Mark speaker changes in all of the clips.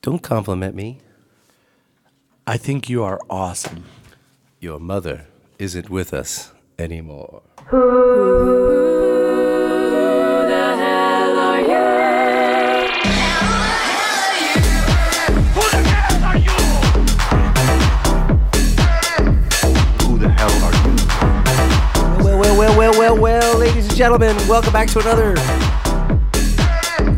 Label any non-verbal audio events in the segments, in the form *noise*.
Speaker 1: Don't compliment me.
Speaker 2: I think you are awesome.
Speaker 1: Your mother isn't with us anymore. Well, well, well, well, well, well, ladies and gentlemen, welcome back to another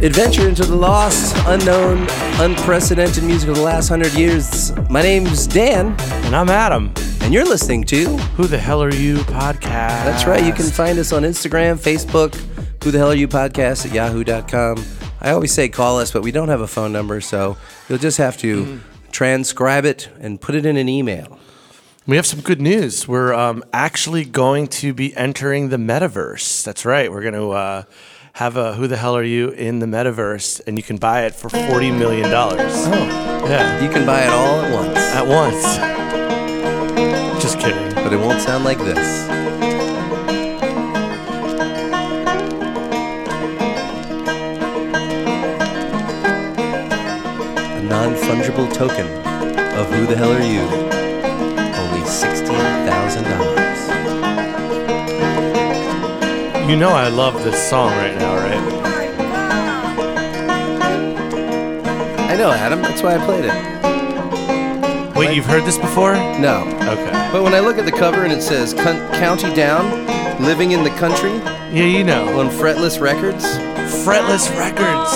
Speaker 1: adventure into the lost, unknown, unprecedented music of the last hundred years. My name's Dan,
Speaker 2: And I'm Adam.
Speaker 1: and you're listening to
Speaker 2: Who the hell are you podcast?
Speaker 1: That's right. You can find us on Instagram, Facebook, who the hell are you podcast at yahoo.com. I always say call us, but we don't have a phone number, so you'll just have to transcribe it and put it in an email.
Speaker 2: We have some good news. We're um, actually going to be entering the metaverse. That's right. We're going to uh, have a Who the hell are you in the metaverse, and you can buy it for forty million dollars. Oh, yeah,
Speaker 1: You can buy it all at once,
Speaker 2: at once. Just kidding.
Speaker 1: but it won't sound like this. A non fungible token of who the hell are you? Only $16,000.
Speaker 2: You know I love this song right now, right?
Speaker 1: I know, Adam. That's why I played it.
Speaker 2: Wait, you've heard this before?
Speaker 1: No.
Speaker 2: Okay.
Speaker 1: But when I look at the cover and it says Con- County Down, Living in the Country
Speaker 2: Yeah, you know.
Speaker 1: on Fretless Records,
Speaker 2: Fretless Records.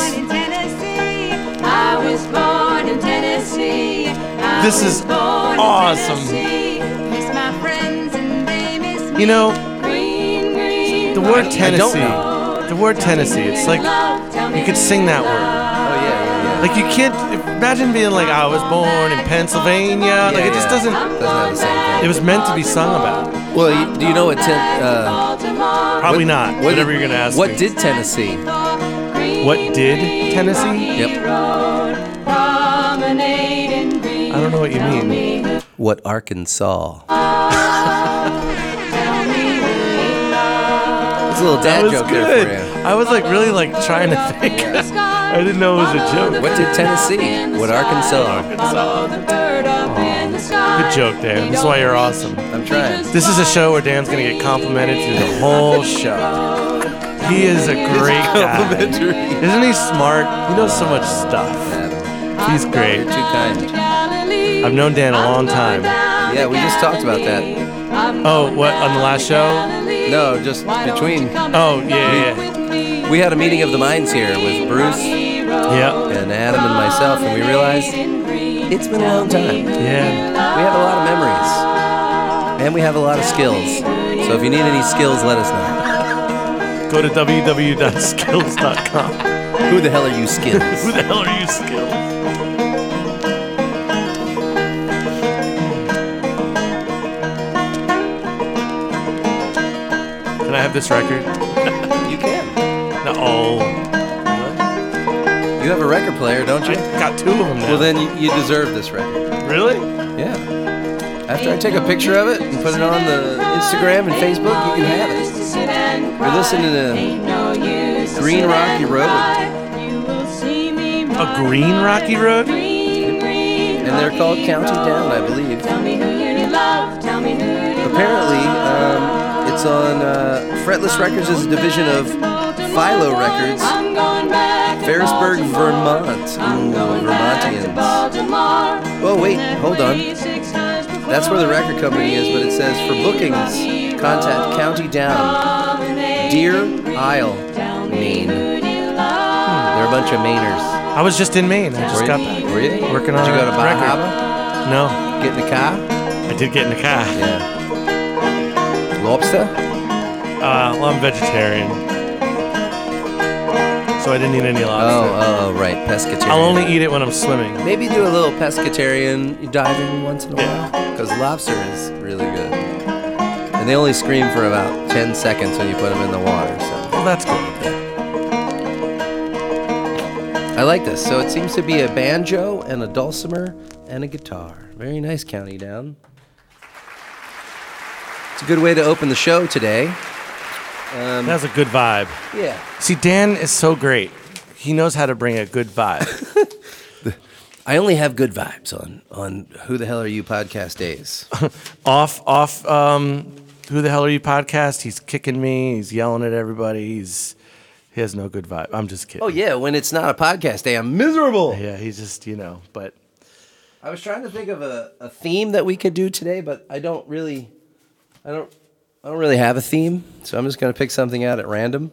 Speaker 3: I was born in Tennessee. I
Speaker 2: This
Speaker 3: was
Speaker 2: is
Speaker 3: born in
Speaker 2: awesome.
Speaker 3: Tennessee. Miss my friends and they miss me.
Speaker 2: You know,
Speaker 3: green, green,
Speaker 2: the word
Speaker 3: green
Speaker 2: Tennessee.
Speaker 3: road.
Speaker 2: The word
Speaker 3: Tell me
Speaker 2: Tennessee.
Speaker 3: you
Speaker 2: It's
Speaker 3: really
Speaker 2: like
Speaker 3: love, tell me
Speaker 2: you could
Speaker 3: you
Speaker 2: sing that
Speaker 3: really
Speaker 2: word.
Speaker 3: love.
Speaker 1: oh yeah, yeah,
Speaker 2: Like you can't imagine being like I was born in Pennsylvania. Like it just
Speaker 1: yeah.
Speaker 2: doesn't.
Speaker 1: doesn't have the same
Speaker 2: It was meant to be sung about.
Speaker 1: thing. Well, you, do you know what? Ten- uh,
Speaker 3: Baltimore.
Speaker 2: Probably
Speaker 1: What-
Speaker 2: not.
Speaker 1: what
Speaker 2: whatever
Speaker 1: did-
Speaker 2: you're gonna ask.
Speaker 1: what
Speaker 2: me.
Speaker 1: did Tennessee?
Speaker 2: What did Tennessee?
Speaker 1: Yep.
Speaker 3: I
Speaker 2: I don't know what you mean.
Speaker 1: What Arkansas? It's a little
Speaker 2: That
Speaker 1: dad
Speaker 2: was
Speaker 1: joke
Speaker 2: good.
Speaker 1: there for
Speaker 2: I was like really like trying to think. I didn't know it was a
Speaker 1: you.
Speaker 2: joke.
Speaker 1: What did Tennessee? What Arkansas?
Speaker 2: *laughs* Oh, Good joke, Dan. This is why you're awesome.
Speaker 1: I'm trying.
Speaker 2: This is a show where Dan's gonna get complimented through the whole show. He is a great guy.
Speaker 1: Complimentary.
Speaker 2: Isn't he smart? He knows so much stuff. He's great.
Speaker 1: Too kind.
Speaker 2: I've known Dan a long time.
Speaker 1: Yeah, we just talked about that.
Speaker 2: Oh, what on the last show?
Speaker 1: No, just between.
Speaker 2: Oh yeah, yeah,
Speaker 1: We had a meeting of the minds here with Bruce
Speaker 2: yeah,
Speaker 1: and Adam and myself, and we realized it's been a long time.
Speaker 2: yeah.
Speaker 1: We have a lot of memories. And we have a lot of skills. So if you need any skills, let us know.
Speaker 2: Go to www.skills.com.
Speaker 1: Who the hell are you skills?
Speaker 2: *laughs* Who the hell are you, Skills? Can I have this record?
Speaker 1: you can.
Speaker 2: No. Oh,
Speaker 1: You have a record player, don't
Speaker 2: I
Speaker 1: you?
Speaker 2: got two of them now.
Speaker 1: Well, then you, you deserve this record.
Speaker 2: really?
Speaker 1: Yeah. After I take a picture of it and put it on the Instagram and Facebook, you can have it.
Speaker 3: it.
Speaker 1: You're listening to
Speaker 3: to
Speaker 1: Green Rocky Road.
Speaker 2: A green Rocky Road?
Speaker 1: and they're called County Down, I believe. Apparently, um, it's on uh, Fretless Records is a division of Philo Records, Ferrisburg, Vermont. Ooh, Vermontians. Oh wait, hold on. That's where the record company is, but it says for bookings, contact County Down, Deer Isle, Maine. Hmm, They're a bunch of Mainers.
Speaker 2: I was just in Maine. I just
Speaker 1: Were
Speaker 2: got
Speaker 1: you,
Speaker 2: back.
Speaker 1: were you?
Speaker 2: Working
Speaker 1: Did
Speaker 2: on
Speaker 1: you go to
Speaker 2: a
Speaker 1: Bahama?
Speaker 2: record. No,
Speaker 1: Get in the car?
Speaker 2: I did get in the car.
Speaker 1: Yeah. Lobster?
Speaker 2: Uh, well, I'm vegetarian, so I didn't eat any lobster.
Speaker 1: Oh, oh, right. Pescatarian.
Speaker 2: I'll only eat it when I'm swimming.
Speaker 1: Maybe do a little pescatarian diving once in a
Speaker 2: Yeah.
Speaker 1: while. Because lobster is really good. And they only scream for about 10 seconds when you put them in the water, so.
Speaker 2: Well, that's good.
Speaker 1: I like this. So it seems to be a banjo and a dulcimer and a guitar. Very nice, County Down. It's a good way to open the show today.
Speaker 2: That was a good vibe.
Speaker 1: Yeah. *laughs*
Speaker 2: See, Dan is so great. He knows how to bring a good vibe.
Speaker 1: I only have good vibes on on Who the Hell Are You podcast days.
Speaker 2: Off, off. Um, who the hell are you? Podcast. He's kicking me. He's yelling at everybody. He's he has no good vibe. I'm just kidding.
Speaker 1: Oh yeah, when it's not a podcast day, I'm miserable.
Speaker 2: yeah. He's just you know. But
Speaker 1: I was trying to think of a, a theme that we could do today, but I don't really, I don't, I don't really have a theme. So I'm just gonna pick something out at random,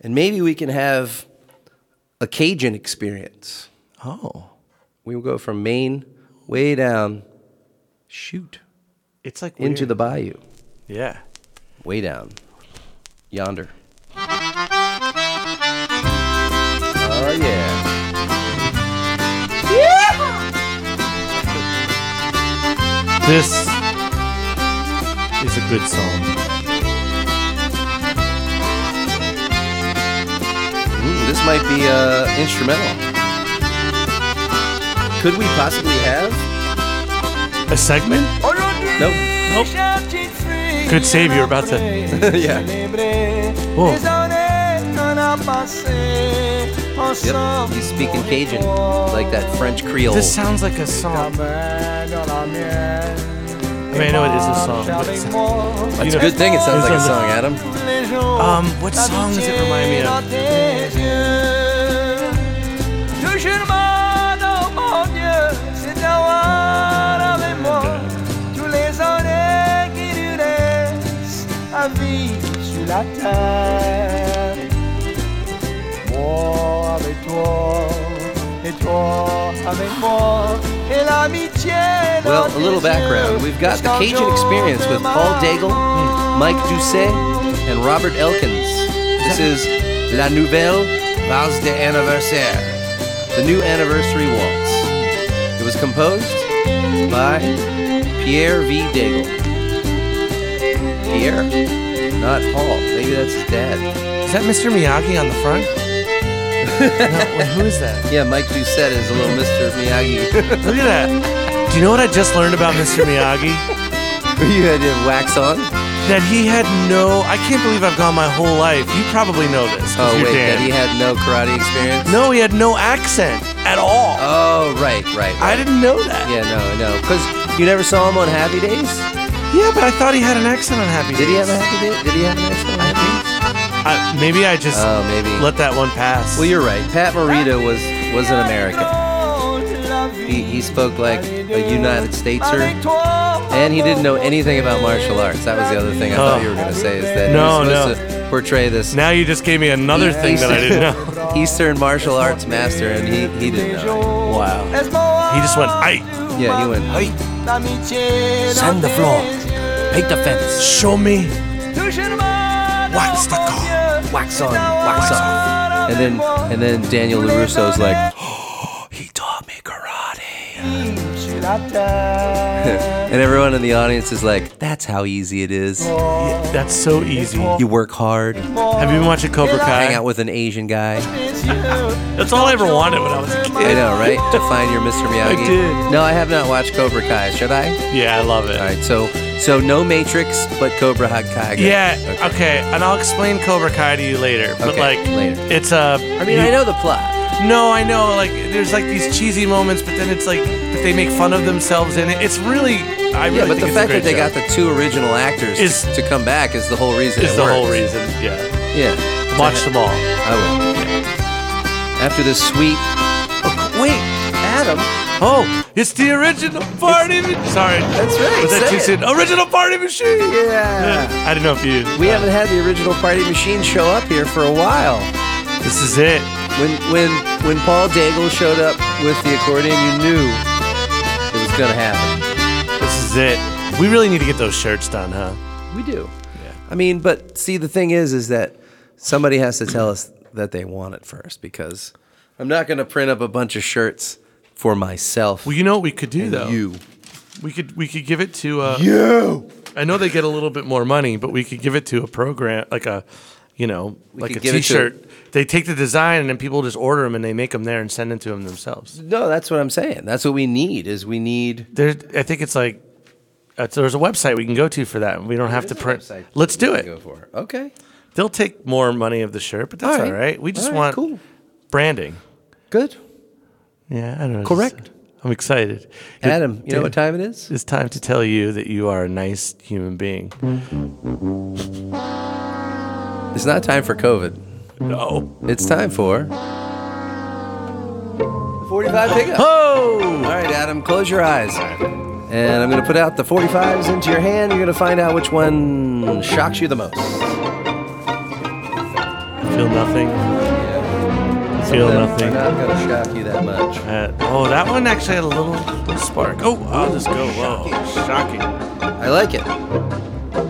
Speaker 1: and maybe we can have a Cajun experience.
Speaker 2: oh,
Speaker 1: We will go from Maine way down, shoot
Speaker 2: it's like
Speaker 1: into
Speaker 2: weird.
Speaker 1: the bayou,
Speaker 2: yeah.
Speaker 1: way down, yonder. Oh yeah.
Speaker 2: This is a good song.
Speaker 1: Ooh, this might be uh, instrumental. Could we possibly have?
Speaker 2: A segment
Speaker 1: Oh. Nope.
Speaker 2: could save you. We're about
Speaker 1: *laughs* *laughs*
Speaker 2: to.
Speaker 1: yeah.
Speaker 2: Whoa.
Speaker 1: Yep. He's speaking Cajun, like that French Creole.
Speaker 2: This sounds like a song. I mean, I know it is a song. But it's-
Speaker 1: That's
Speaker 2: you
Speaker 1: a
Speaker 2: know-
Speaker 1: good thing. It sounds
Speaker 2: It's
Speaker 1: like a
Speaker 2: on the-
Speaker 1: song, Adam.
Speaker 2: Um, what song does it remind me of?
Speaker 1: Well, a little background. We've got the Cajun experience with Paul Daigle, Mike Doucet, and Robert Elkins. This is La Nouvelle Vals de Anniversaire, the new anniversary waltz. It was composed by Pierre V. Daigle. Pierre, not Paul. Maybe that's his dad.
Speaker 2: Is that Mr. Miyagi on the
Speaker 1: *laughs*
Speaker 2: front? no, wait, who is that?
Speaker 1: Yeah, Mike Doucet is a little Mr.
Speaker 2: *laughs*
Speaker 1: Miyagi.
Speaker 2: Look at that. Do you know what I just learned about Mr.
Speaker 1: *laughs*
Speaker 2: Miyagi?
Speaker 1: you had to wax on?
Speaker 2: That he had no. I can't believe I've gone my whole life. You probably know this.
Speaker 1: Oh,
Speaker 2: 'cause you're
Speaker 1: wait,
Speaker 2: Dan.
Speaker 1: that he had no karate experience?
Speaker 2: no, he had no accent at all.
Speaker 1: Oh, right, right. right.
Speaker 2: I didn't know that.
Speaker 1: Yeah, no, no. Because you never saw him on Happy Days?
Speaker 2: Yeah, but I thought he had an accent on Happy
Speaker 1: Did he
Speaker 2: Days.
Speaker 1: have a Happy Day? Did he have an accent on Happy Days?
Speaker 2: I, maybe I just
Speaker 1: Oh, maybe.
Speaker 2: let that one pass.
Speaker 1: well, you're right. Pat Morita was was an American. He, he spoke like a United Stateser, and he didn't know anything about martial arts. That was the other thing I thought
Speaker 2: Oh.
Speaker 1: you were going to say is that
Speaker 2: No,
Speaker 1: he was supposed
Speaker 2: no.
Speaker 1: to portray this
Speaker 2: Now you just gave me another thing that I
Speaker 1: *laughs*
Speaker 2: didn't know.
Speaker 1: Eastern martial arts master, and he, he didn't know. Wow.
Speaker 2: He just went, "Hey,
Speaker 1: Yeah, he went, hey,
Speaker 4: Sand the floor.
Speaker 1: hate the fence.
Speaker 2: show me."
Speaker 4: Wax the car.
Speaker 1: Wax on, wax off. And then, and then Daniel LaRusso's like, *laughs*
Speaker 2: He taught me karate.
Speaker 1: and everyone in the audience is like, that's how easy it is.
Speaker 2: That's so easy.
Speaker 1: You work hard,
Speaker 2: Have
Speaker 1: *laughs*
Speaker 2: you been watching *laughs* Cobra Kai?
Speaker 1: hang out with an Asian guy.
Speaker 2: That's all I ever wanted when I was a kid.
Speaker 1: I know, right? To find your Mr. Miyagi.
Speaker 2: did.
Speaker 1: No, I have not watched Cobra Kai. Should I?
Speaker 2: Yeah, I love it.
Speaker 1: All right, so so no Matrix, but Cobra Kai. Kai.
Speaker 2: Yeah, okay.
Speaker 1: Okay.
Speaker 2: and I'll explain Cobra Kai to you later. But
Speaker 1: Okay,
Speaker 2: like,
Speaker 1: later.
Speaker 2: it's a.
Speaker 1: I mean, I know the plot.
Speaker 2: No, I know. Like, there's like these cheesy moments, but then it's like but they make fun of themselves in it. It's really, I really
Speaker 1: Yeah, but
Speaker 2: think
Speaker 1: the
Speaker 2: it's a
Speaker 1: fact that
Speaker 2: great
Speaker 1: they
Speaker 2: show.
Speaker 1: got the two original actors
Speaker 2: Is-
Speaker 1: to come back is the whole reason.
Speaker 2: is
Speaker 1: it
Speaker 2: the whole
Speaker 1: works.
Speaker 2: reason. Yeah,
Speaker 1: Yeah,
Speaker 2: watch them all.
Speaker 1: I will. After this sweet. Oh, wait, Adam.
Speaker 2: Oh, it's the original party. ma- Sorry,
Speaker 1: That's right,
Speaker 2: Was that
Speaker 1: say
Speaker 2: too
Speaker 1: it.
Speaker 2: soon? Original party machine.
Speaker 1: Yeah.
Speaker 2: I don't know if you.
Speaker 1: We haven't had the original Party Machine show up here for a while.
Speaker 2: This is it.
Speaker 1: When when when Paul Daigle showed up with the accordion, you knew it was gonna happen.
Speaker 2: This is it. We really need to get those shirts done, huh?
Speaker 1: We do. I mean, but see, the thing is, is that somebody has to tell us that they want it first because I'm not gonna print up a bunch of shirts for myself.
Speaker 2: Well, you know what we could do though.
Speaker 1: you.
Speaker 2: We could we could give it to uh You I know they get a little bit more money, but we could give it to a program like a you know, like
Speaker 1: could
Speaker 2: a
Speaker 1: give it to-
Speaker 2: t-shirt. They take the design and then people just order them and they make them there and send them to them themselves.
Speaker 1: No, that's what I'm saying. That's what we need. Is we need.
Speaker 2: There I think it's like uh, there's a website we can go to for that. We don't have to
Speaker 1: There's a
Speaker 2: print.
Speaker 1: website
Speaker 2: Let's do
Speaker 1: we Go
Speaker 2: it.
Speaker 1: for Okay.
Speaker 2: They'll take more money of the shirt, but that's all right. We just
Speaker 1: All right,
Speaker 2: want
Speaker 1: cool.
Speaker 2: branding.
Speaker 1: Good.
Speaker 2: Yeah, I don't know.
Speaker 1: Correct.
Speaker 2: I'm excited.
Speaker 1: Adam, you know what time it is?
Speaker 2: It's time to tell you that you are a nice human being.
Speaker 1: It's not time for COVID.
Speaker 2: Oh.
Speaker 1: It's time for the 45 pickup.
Speaker 2: Oh!
Speaker 1: All right, Adam, close your eyes. And I'm going to put out the 45s into your hand. You're going to find out which one shocks you the most.
Speaker 2: Feel nothing. Feel
Speaker 1: I'm
Speaker 2: nothing.
Speaker 1: not going to shock you that much.
Speaker 2: Uh, oh, that one actually had a little, little spark. Oh, I'll just go. Whoa. Shocking.
Speaker 1: I like it.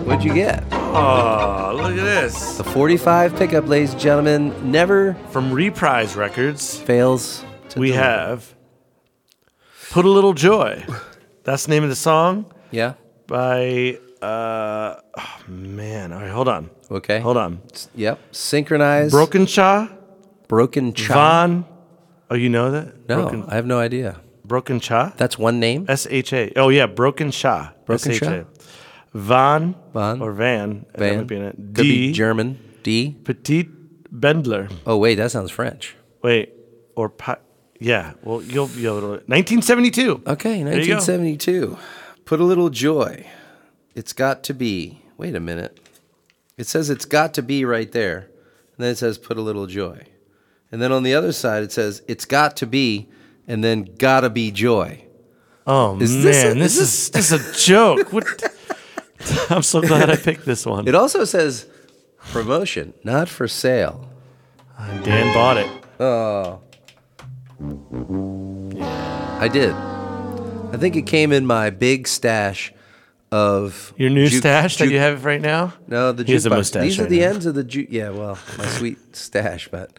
Speaker 1: What'd you get?
Speaker 2: Oh, look at this.
Speaker 1: The 45 pickup, ladies and gentlemen, never
Speaker 2: From Reprise Records,
Speaker 1: fails to
Speaker 2: we
Speaker 1: deliver.
Speaker 2: have Put a Little Joy. That's the name of the song
Speaker 1: Yeah.
Speaker 2: by, uh, oh, man. All right, hold on.
Speaker 1: Okay.
Speaker 2: Hold on.
Speaker 1: Yep. Synchronized.
Speaker 2: Brokenshaw,
Speaker 1: Broken Cha.
Speaker 2: Von. Oh, you know that?
Speaker 1: No,
Speaker 2: Broken,
Speaker 1: I have no idea.
Speaker 2: Brokenshaw?
Speaker 1: That's one name.
Speaker 2: S H A. Oh, yeah, Brokenshaw.
Speaker 1: Broken Shaw?
Speaker 2: S-H-A. Von.
Speaker 1: Von.
Speaker 2: Or Van. and that
Speaker 1: Van.
Speaker 2: might be in it.
Speaker 1: Could be
Speaker 2: D.
Speaker 1: German. D.
Speaker 2: Petit Bendler.
Speaker 1: Oh wait, that sounds French.
Speaker 2: Wait, or pa- yeah. Well, you'll be able to. 1972.
Speaker 1: Okay,
Speaker 2: There you go.
Speaker 1: 1972. Put a little joy. It's got to be. Wait a minute. It says it's got to be right there. And then it says put a little joy. And then on the other side it says it's got to be and then gotta be joy.
Speaker 2: Oh
Speaker 1: Is
Speaker 2: man,
Speaker 1: this a- is
Speaker 2: this, is this is a joke. *laughs* What? I'm so glad I picked this one.
Speaker 1: It also says promotion, not for sale.
Speaker 2: Uh, Dan bought it.
Speaker 1: I
Speaker 2: *laughs*
Speaker 1: did. I think it came in my big stash of
Speaker 2: Your new
Speaker 1: ju-
Speaker 2: stash that
Speaker 1: ju-
Speaker 2: you have right now.
Speaker 1: No, the
Speaker 2: He has a
Speaker 1: jukebox.
Speaker 2: mustache
Speaker 1: These are
Speaker 2: right
Speaker 1: the
Speaker 2: now.
Speaker 1: ends of the ju- Yeah, well, my sweet *laughs* stash, but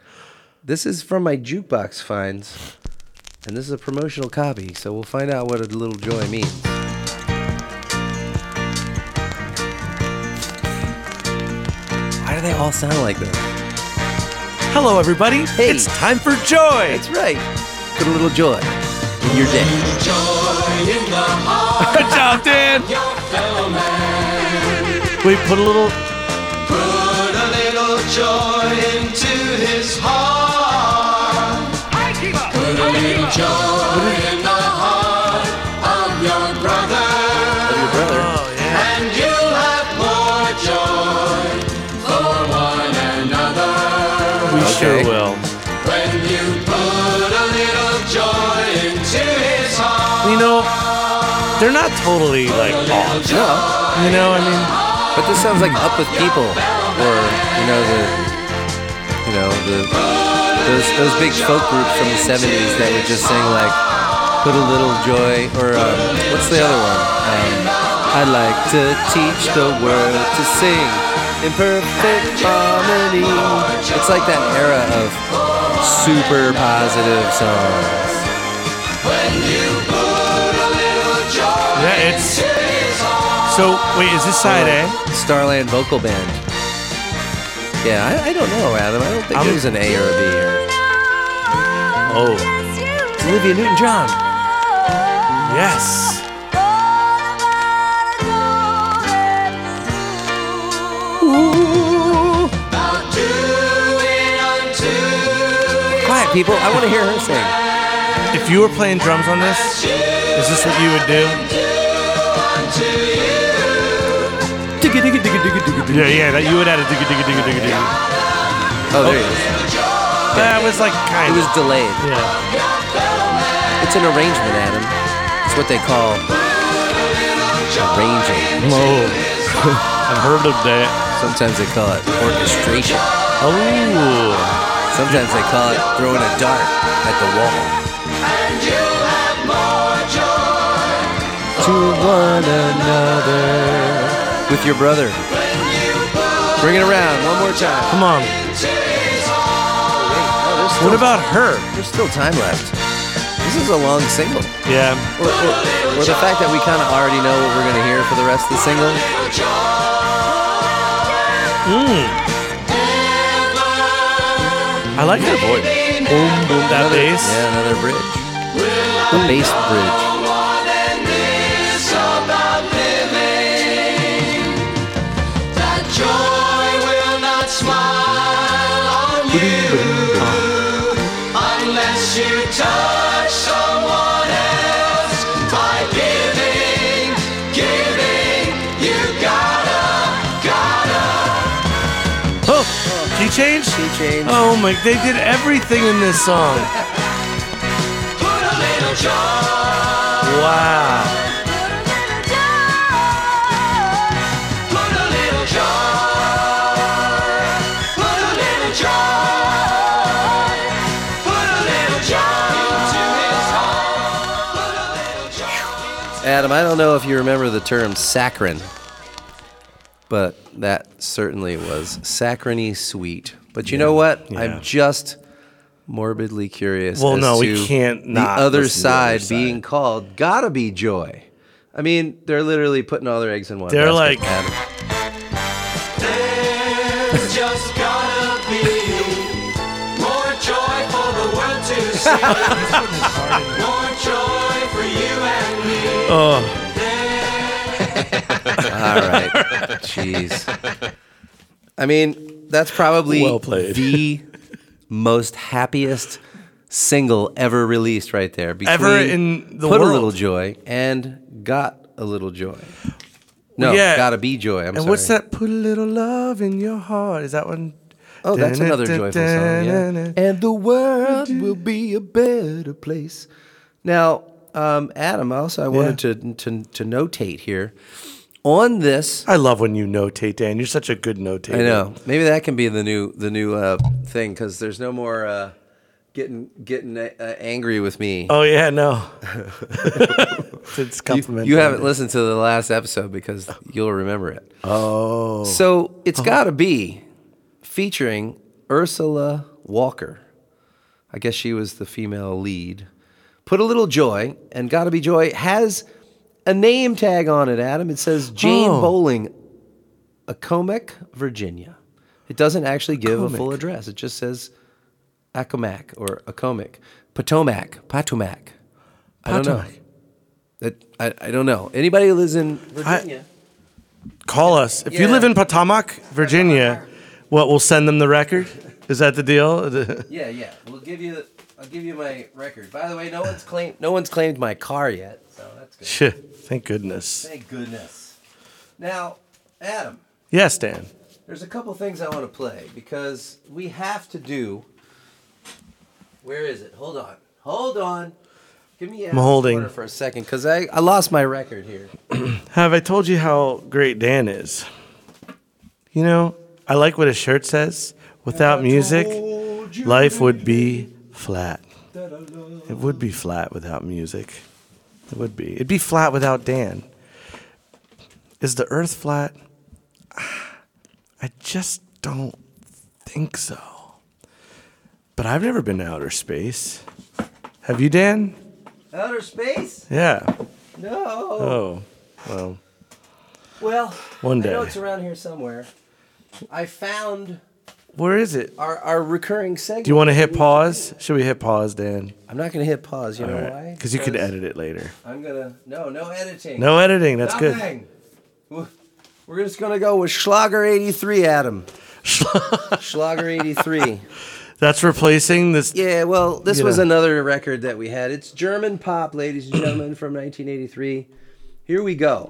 Speaker 1: this is from my jukebox finds, and this is a promotional copy. So we'll find out what a little joy means. Why do they all sound like this?
Speaker 2: Hello, everybody.
Speaker 1: Hey.
Speaker 2: It's time for joy.
Speaker 1: That's right. Put a little joy in your day.
Speaker 2: Good job, Dan. We put a little.
Speaker 1: Your brother.
Speaker 2: Oh yeah. We
Speaker 1: Okay.
Speaker 2: sure will. You know, they're not totally like off.
Speaker 1: No,
Speaker 2: You know, I mean,
Speaker 1: but this sounds like up with people, or you know the, you know the those those big folk groups from the '70s that would just sing like, put a little joy, or um, what's the other one? Um, I'd like to teach the world to sing in perfect harmony. It's like that era of super positive songs.
Speaker 2: yeah, it's. So wait, is this side A?
Speaker 1: Starland Vocal Band. Yeah, I, I don't know, Adam. I don't think
Speaker 2: I'm-
Speaker 1: there's an A or a B here.
Speaker 2: Oh,
Speaker 1: It's Olivia Newton-John.
Speaker 2: yes.
Speaker 1: Quiet, people. I want to hear her sing.
Speaker 2: If you were playing drums on this, is this what you would do?
Speaker 1: Digga, digga, digga, digga, digga, digga.
Speaker 2: Yeah, yeah, that you would add a digga digga digga digga digga.
Speaker 1: Oh, there it is.
Speaker 2: That was like kind
Speaker 1: It was
Speaker 2: of.
Speaker 1: delayed.
Speaker 2: Yeah.
Speaker 1: It's an arrangement, Adam. It's what they call arranging.
Speaker 2: Oh. *laughs* I've heard of that.
Speaker 1: Sometimes they call it orchestration.
Speaker 2: Oh.
Speaker 1: Sometimes they call it throwing a dart at the wall. To one another. With your brother. Bring it around one more time.
Speaker 2: Come on.
Speaker 1: Oh, there's still,
Speaker 2: What about her?
Speaker 1: There's still time left. This is a long single.
Speaker 2: Yeah.
Speaker 1: Or, or, or the fact that we kind of already know what we're going to hear for the rest of the single.
Speaker 2: I like her voice. That bass.
Speaker 1: Yeah, another bridge. A bass bridge.
Speaker 4: Unless you touch someone else.
Speaker 2: Oh, Change?
Speaker 1: Sea Change.
Speaker 2: Oh my, they did everything in this song. Wow.
Speaker 1: Adam, I don't know if you remember the term saccharine, but that certainly was saccharine sweet. But you know what?
Speaker 2: yeah.
Speaker 1: I'm just morbidly curious.
Speaker 2: Well,
Speaker 1: as
Speaker 2: no, we
Speaker 1: to
Speaker 2: can't
Speaker 1: The
Speaker 2: not
Speaker 1: other
Speaker 2: listen to the
Speaker 1: side
Speaker 2: other side.
Speaker 1: being called "Gotta Be Joy." I mean, they're literally putting all their eggs in one.
Speaker 2: They're
Speaker 1: basket,
Speaker 2: like-
Speaker 1: Adam.
Speaker 4: Just gotta be more joy for the world to see. more joy for you and me.
Speaker 1: All right. Jeez. I mean, that's probably
Speaker 2: Well played.
Speaker 1: the most happiest single ever released right there. Between
Speaker 2: Ever in the
Speaker 1: Put a
Speaker 2: world.
Speaker 1: little joy and got a little joy. No,
Speaker 2: Yeah.
Speaker 1: gotta be joy. I'm
Speaker 2: And
Speaker 1: sorry.
Speaker 2: what's that? Put a little love in your heart. Is that one?
Speaker 1: Oh, that's another joyful song. Yeah.
Speaker 2: Da-na-na-na-na.
Speaker 1: And the world will be a better place. Now, um, Adam, also I wanted to, to to notate here on this
Speaker 2: I love when you notate, Dan. You're such a good notator.
Speaker 1: I know. Maybe that can be the new the new uh, thing because there's no more uh, getting getting uh, uh, angry with me.
Speaker 2: Oh yeah, no. it's
Speaker 1: you,
Speaker 2: complimentary.
Speaker 1: you haven't listened to the last episode because you'll remember it. Oh, so it's got to be featuring Ursula Walker. I guess she was the female lead. Put a little joy and gotta be joy has a name tag on it. Adam, it says Jane
Speaker 2: Oh.
Speaker 1: Bowling, Acomac, Virginia. It doesn't actually give a full
Speaker 2: Acomac.
Speaker 1: address. It just says Acomac or Acomac, Potomac, Potomac. I don't know.
Speaker 2: Potomac.
Speaker 1: That I, I don't know. Anybody who lives in Virginia,
Speaker 2: Virginia, Call us if you
Speaker 1: Yeah.
Speaker 2: live in Potomac, Virginia. What we'll send them the record? Is that the deal? *laughs*
Speaker 1: yeah, yeah, we'll give you. I'll give you my record. By the way, no one's claimed. No one's claimed my car yet, so that's good.
Speaker 2: Shit, Thank goodness.
Speaker 1: Thank goodness. Now, Adam,
Speaker 2: Yes, Dan.
Speaker 1: there's a couple things I want to play because we have to do. Where is it? Hold on. Hold on. Give me. Adam's
Speaker 2: holding.
Speaker 1: corner for a second because I I lost my record here.
Speaker 2: Have I told you how great Dan is? You know, I like what his shirt says. Without music, life would be flat. It would be flat without music. It would be. It'd be flat without Dan. Is the earth flat? *sighs* Ah, I just don't think so. But I've never been to outer space. Have you, Dan?
Speaker 1: Outer space?
Speaker 2: Yeah.
Speaker 1: No.
Speaker 2: Oh, well.
Speaker 1: Well,
Speaker 2: One
Speaker 1: I know
Speaker 2: day.
Speaker 1: it's around here somewhere. I found
Speaker 2: Where is it?
Speaker 1: our, our recurring segment.
Speaker 2: Do you want to hit pause? Should we hit pause, Dan?
Speaker 1: I'm not going to hit pause. You know why?
Speaker 2: Because you could edit it later.
Speaker 1: I'm gonna no no editing.
Speaker 2: No editing. That's good.
Speaker 1: Nothing. We're- We're just gonna go with Schlager '83,
Speaker 2: *laughs*
Speaker 1: Adam. Schlager '83.
Speaker 2: That's replacing this.
Speaker 1: Yeah, well, this
Speaker 2: You
Speaker 1: was
Speaker 2: know.
Speaker 1: another record that we had. It's German pop, ladies and gentlemen, from 1983. Here we go.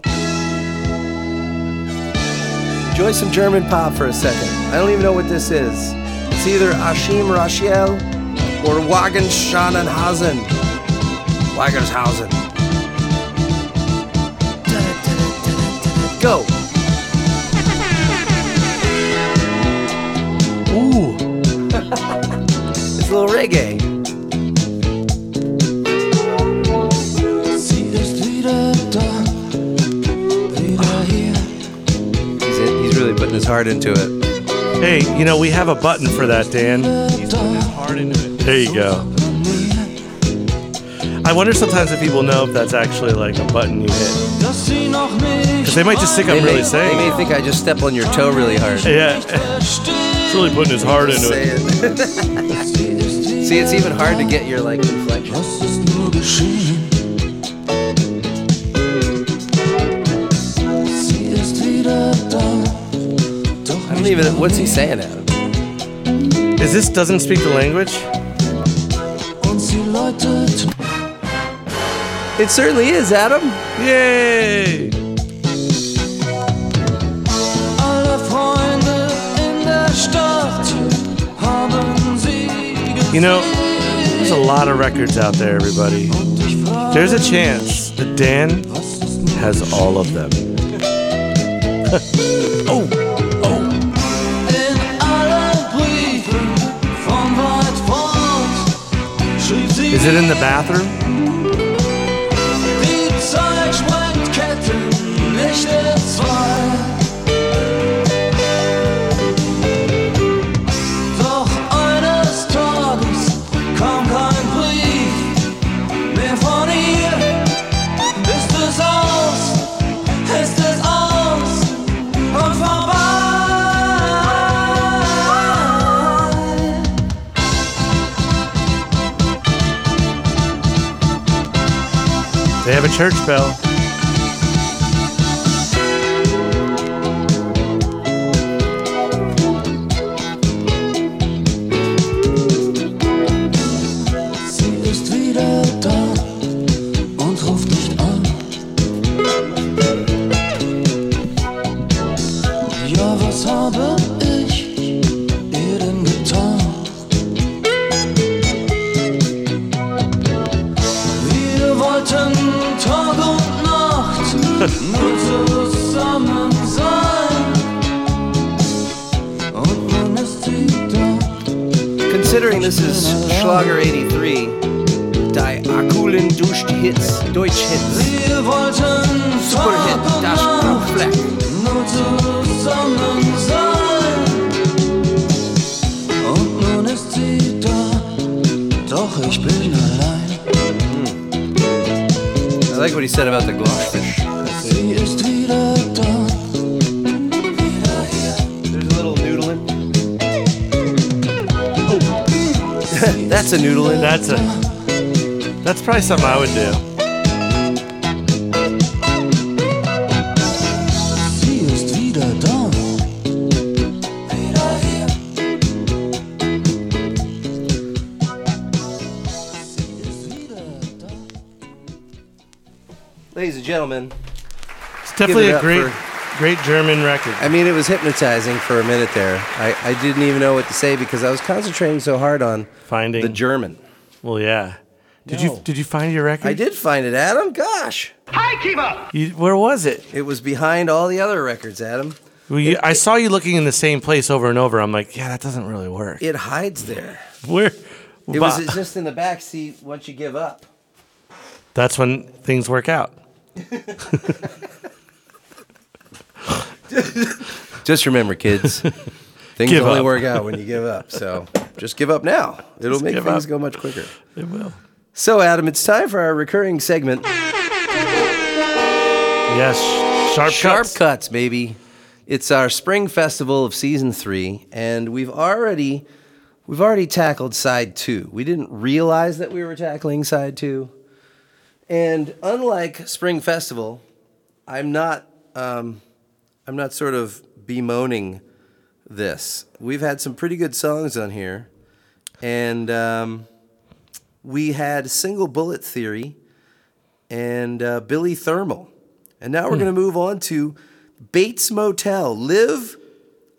Speaker 1: Enjoy some German pop for a second. I don't even know what this is. It's either Ashim Rachel or Wagenschanenhausen. Wagenshausen. Go.
Speaker 2: Ooh.
Speaker 1: *laughs* It's a little reggae.
Speaker 4: Sie ist wieder da, wieder hier.
Speaker 1: He's, he's really putting his heart into it.
Speaker 2: Hey, you know, we have a button for that, Dan. There you go. I wonder sometimes if people know if that's actually like a button you hit.
Speaker 4: Dass sie noch nicht
Speaker 2: Because they might just think I'm
Speaker 1: They
Speaker 2: really
Speaker 1: may, they
Speaker 2: saying
Speaker 1: may
Speaker 2: it.
Speaker 1: think I just step on your toe really hard.
Speaker 2: *laughs* Yeah.
Speaker 4: versteht.
Speaker 2: It's really putting his heart into
Speaker 1: Say
Speaker 2: it.
Speaker 1: it. *laughs*
Speaker 4: Sie
Speaker 1: See, it's
Speaker 4: ist wieder
Speaker 1: even hard to get your like inflection.
Speaker 4: Was ist nur geschehen? Sie ist wieder da. Doch
Speaker 1: I don't even. What's he saying, Adam?
Speaker 2: Is this doesn't speak the language?
Speaker 4: und sie läutet.
Speaker 1: It certainly is, Adam.
Speaker 2: Yay!
Speaker 4: Alle Freunde in der Stadt
Speaker 2: You know, there's a lot of records out there, everybody. There's a chance that Dan has all of them. oh, oh.
Speaker 5: In alle Briefe von weit fort schrieb sie
Speaker 2: Is it in the bathroom?
Speaker 5: Die Zeit sprengt Ketten, nicht in zwei. Doch eines Tages kam kein Brief mehr von ihr. Ist es aus, ist es aus und vorbei.
Speaker 2: They have a church bell.
Speaker 5: Sie ist wieder da und ruft nicht an. Ja, was habe ich ihr denn getan? Wir wollten Tag und Nacht nur zusammen
Speaker 2: *laughs*
Speaker 5: sein. Und nun ist sie da.
Speaker 1: Considering this is Schlager 83, die Akulen durch Hits, Deutsch Hits,
Speaker 5: Wir wollten
Speaker 1: Superhit,
Speaker 5: Tag und
Speaker 1: das
Speaker 5: Nacht
Speaker 1: Fleck.
Speaker 5: nur zusammen sein. Und nun ist sie da, doch ich bin allein.
Speaker 1: I like what he said about the glossfish.
Speaker 5: Sie ist wieder da.
Speaker 1: There's a little noodling. That's a noodling.
Speaker 2: That's a. That's probably something I would do.
Speaker 5: Sie ist wieder da.
Speaker 1: Ladies and gentlemen,
Speaker 2: It's definitely
Speaker 1: it
Speaker 2: a
Speaker 1: up
Speaker 2: great, great German record.
Speaker 1: I mean, it was hypnotizing for a minute there. I, I didn't even know what to say because I was concentrating so hard on
Speaker 2: Finding
Speaker 1: the German.
Speaker 2: Well, yeah. Did
Speaker 1: No.
Speaker 2: you did you find your record?
Speaker 1: I did find it, Adam. Gosh.
Speaker 2: You, where was it?
Speaker 1: It was behind all the other records, Adam.
Speaker 2: Well, you, I saw you looking in the same place over and over. I'm like, yeah, that doesn't really work.
Speaker 1: It hides there.
Speaker 2: Where?
Speaker 1: It was
Speaker 2: But-
Speaker 1: just in the back seat once you give up.
Speaker 2: that's when things work out.
Speaker 1: Just remember, *laughs* kids, things
Speaker 2: Give
Speaker 1: only
Speaker 2: up.
Speaker 1: work out when you give up. So just give up now. It'll make
Speaker 2: give
Speaker 1: things
Speaker 2: up.
Speaker 1: go much quicker.
Speaker 2: It will.
Speaker 1: So, Adam, it's time for our recurring segment
Speaker 2: Yes. Sharp,
Speaker 1: Sharp
Speaker 2: cuts.
Speaker 1: Cuts, baby. It's our spring festival of season three, and we've already. We've already tackled side two. We didn't realize that we were tackling side two. And unlike Spring Festival, I'm not, um, I'm not sort of bemoaning this. We've had some pretty good songs on here, and um, we had Single Bullet Theory and uh, Billy Thermal, and now we're
Speaker 2: Hmm.
Speaker 1: going to move on to Bates Motel. Live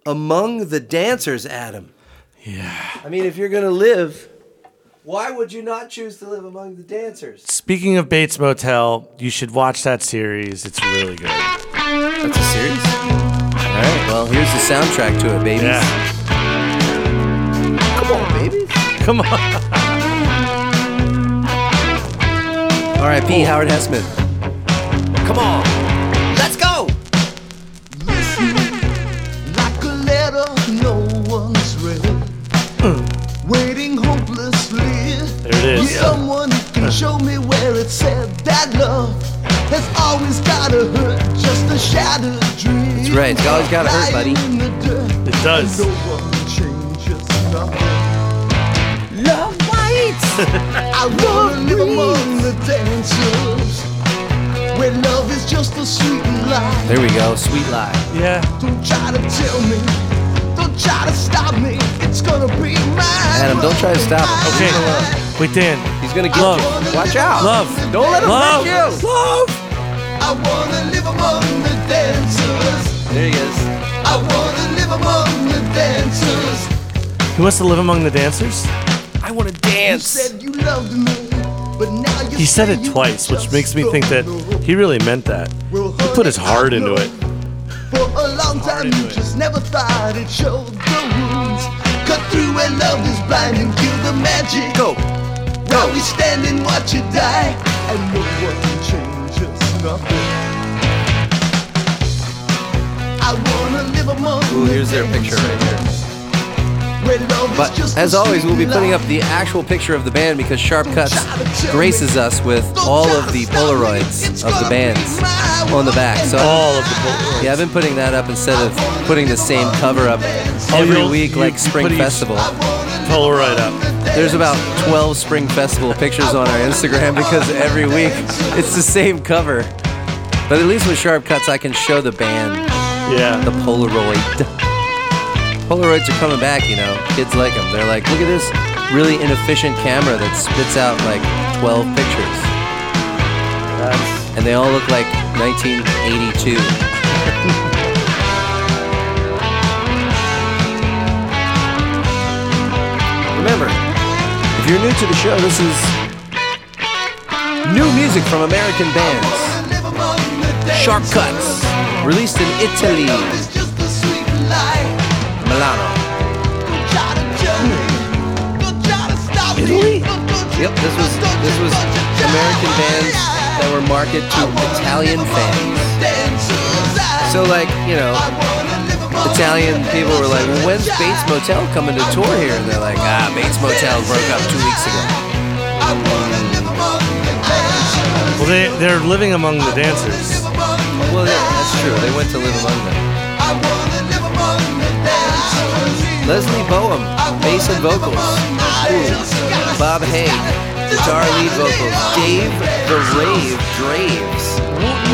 Speaker 1: among the dancers, Adam.
Speaker 2: Yeah.
Speaker 1: I mean, if you're going to live, why would you not choose to live among the dancers?
Speaker 2: Speaking of Bates Motel, you should watch that series. It's really good.
Speaker 1: That's a series. All right. Well, here's the soundtrack to it, babies.
Speaker 2: Yeah.
Speaker 1: Come on, babies.
Speaker 2: Come on.
Speaker 1: R.I.P. Howard Hessman. Come on. Let's go.
Speaker 5: Like a letter no one's read. Waiting hopelessly.
Speaker 2: There it is.
Speaker 5: Someone can show me where it said that love has always gotta hurt. Just a shattered dream. That's
Speaker 1: right, it's always gotta hurt, buddy.
Speaker 2: It does.
Speaker 5: No one changes nothing. Love bites. *laughs* I wanna live among the dancers. Where love is just a sweet lie.
Speaker 1: There we go. Sweet lie.
Speaker 2: Yeah.
Speaker 5: Don't try to tell me. Don't try to stop me. It's gonna be mine.
Speaker 1: Adam, don't try to stop him.
Speaker 2: Okay. Wait, Dan.
Speaker 1: He's gonna get
Speaker 2: Love.
Speaker 1: you. Watch out.
Speaker 2: Love.
Speaker 1: Don't let him
Speaker 2: Love.
Speaker 1: hurt you. Love.
Speaker 5: I wanna live among the dancers.
Speaker 1: There he is.
Speaker 5: I wanna live among the dancers.
Speaker 2: He wants to live among the dancers. I want to
Speaker 5: You
Speaker 2: dance.
Speaker 5: said you loved me, but now you
Speaker 2: He said
Speaker 5: say
Speaker 2: it
Speaker 5: you
Speaker 2: twice, which
Speaker 5: just
Speaker 2: makes me think that
Speaker 5: don't know.
Speaker 2: he really meant that. He put his heart into it.
Speaker 5: For a long time you just never thought it showed the wounds. Cut through where love is blind and kill the magic.
Speaker 1: Go.
Speaker 5: Now we stand and watch you die. And look what you change us nothing. I wanna live among
Speaker 1: Ooh,
Speaker 5: the
Speaker 1: here's their picture
Speaker 5: dancers
Speaker 1: right here.
Speaker 5: where love is just
Speaker 1: But
Speaker 5: a
Speaker 1: as always, we'll be
Speaker 5: sweet
Speaker 1: putting
Speaker 5: lie.
Speaker 1: up the actual picture of the band because Sharp Cuts graces us with all of the Polaroids of the bands on the back. So
Speaker 2: All of the Polaroids.
Speaker 1: yeah, I've been putting that up instead of putting the same cover up
Speaker 2: Oh,
Speaker 1: every
Speaker 2: you'll-
Speaker 1: week
Speaker 2: you-
Speaker 1: like
Speaker 2: you
Speaker 1: Spring
Speaker 2: put each-
Speaker 1: Festival.
Speaker 2: Polaroid up.
Speaker 1: There's about 12 Spring Festival pictures on our Instagram because every week it's the same cover. But at least with Sharp Cuts, I can show the band the
Speaker 2: Yeah.
Speaker 1: Polaroid. Polaroids are coming back, you know. Kids like them. They're like, look at this really inefficient camera that spits out like 12 pictures.
Speaker 2: That's,
Speaker 1: And they all look like 1982. Remember, if you're new to the show, this is new music from American bands. Sharp Cuts, released in Italy,
Speaker 5: Love is just a sweet lie.
Speaker 1: Milano.
Speaker 5: Italy?
Speaker 1: Yep, this was this was American bands that were marketed to Italian fans. So like, you know, Italian people were like, well, "When's Bates Motel coming to tour here?" And they're like, "Ah, Bates Motel broke up two weeks ago."
Speaker 2: well, they, they're living among the dancers.
Speaker 1: Well, yeah, that's true. They went to live among them. Leslie Boehm, bass and vocals. Ooh. Bob Hay, guitar lead vocals. Dave the Rave Draves.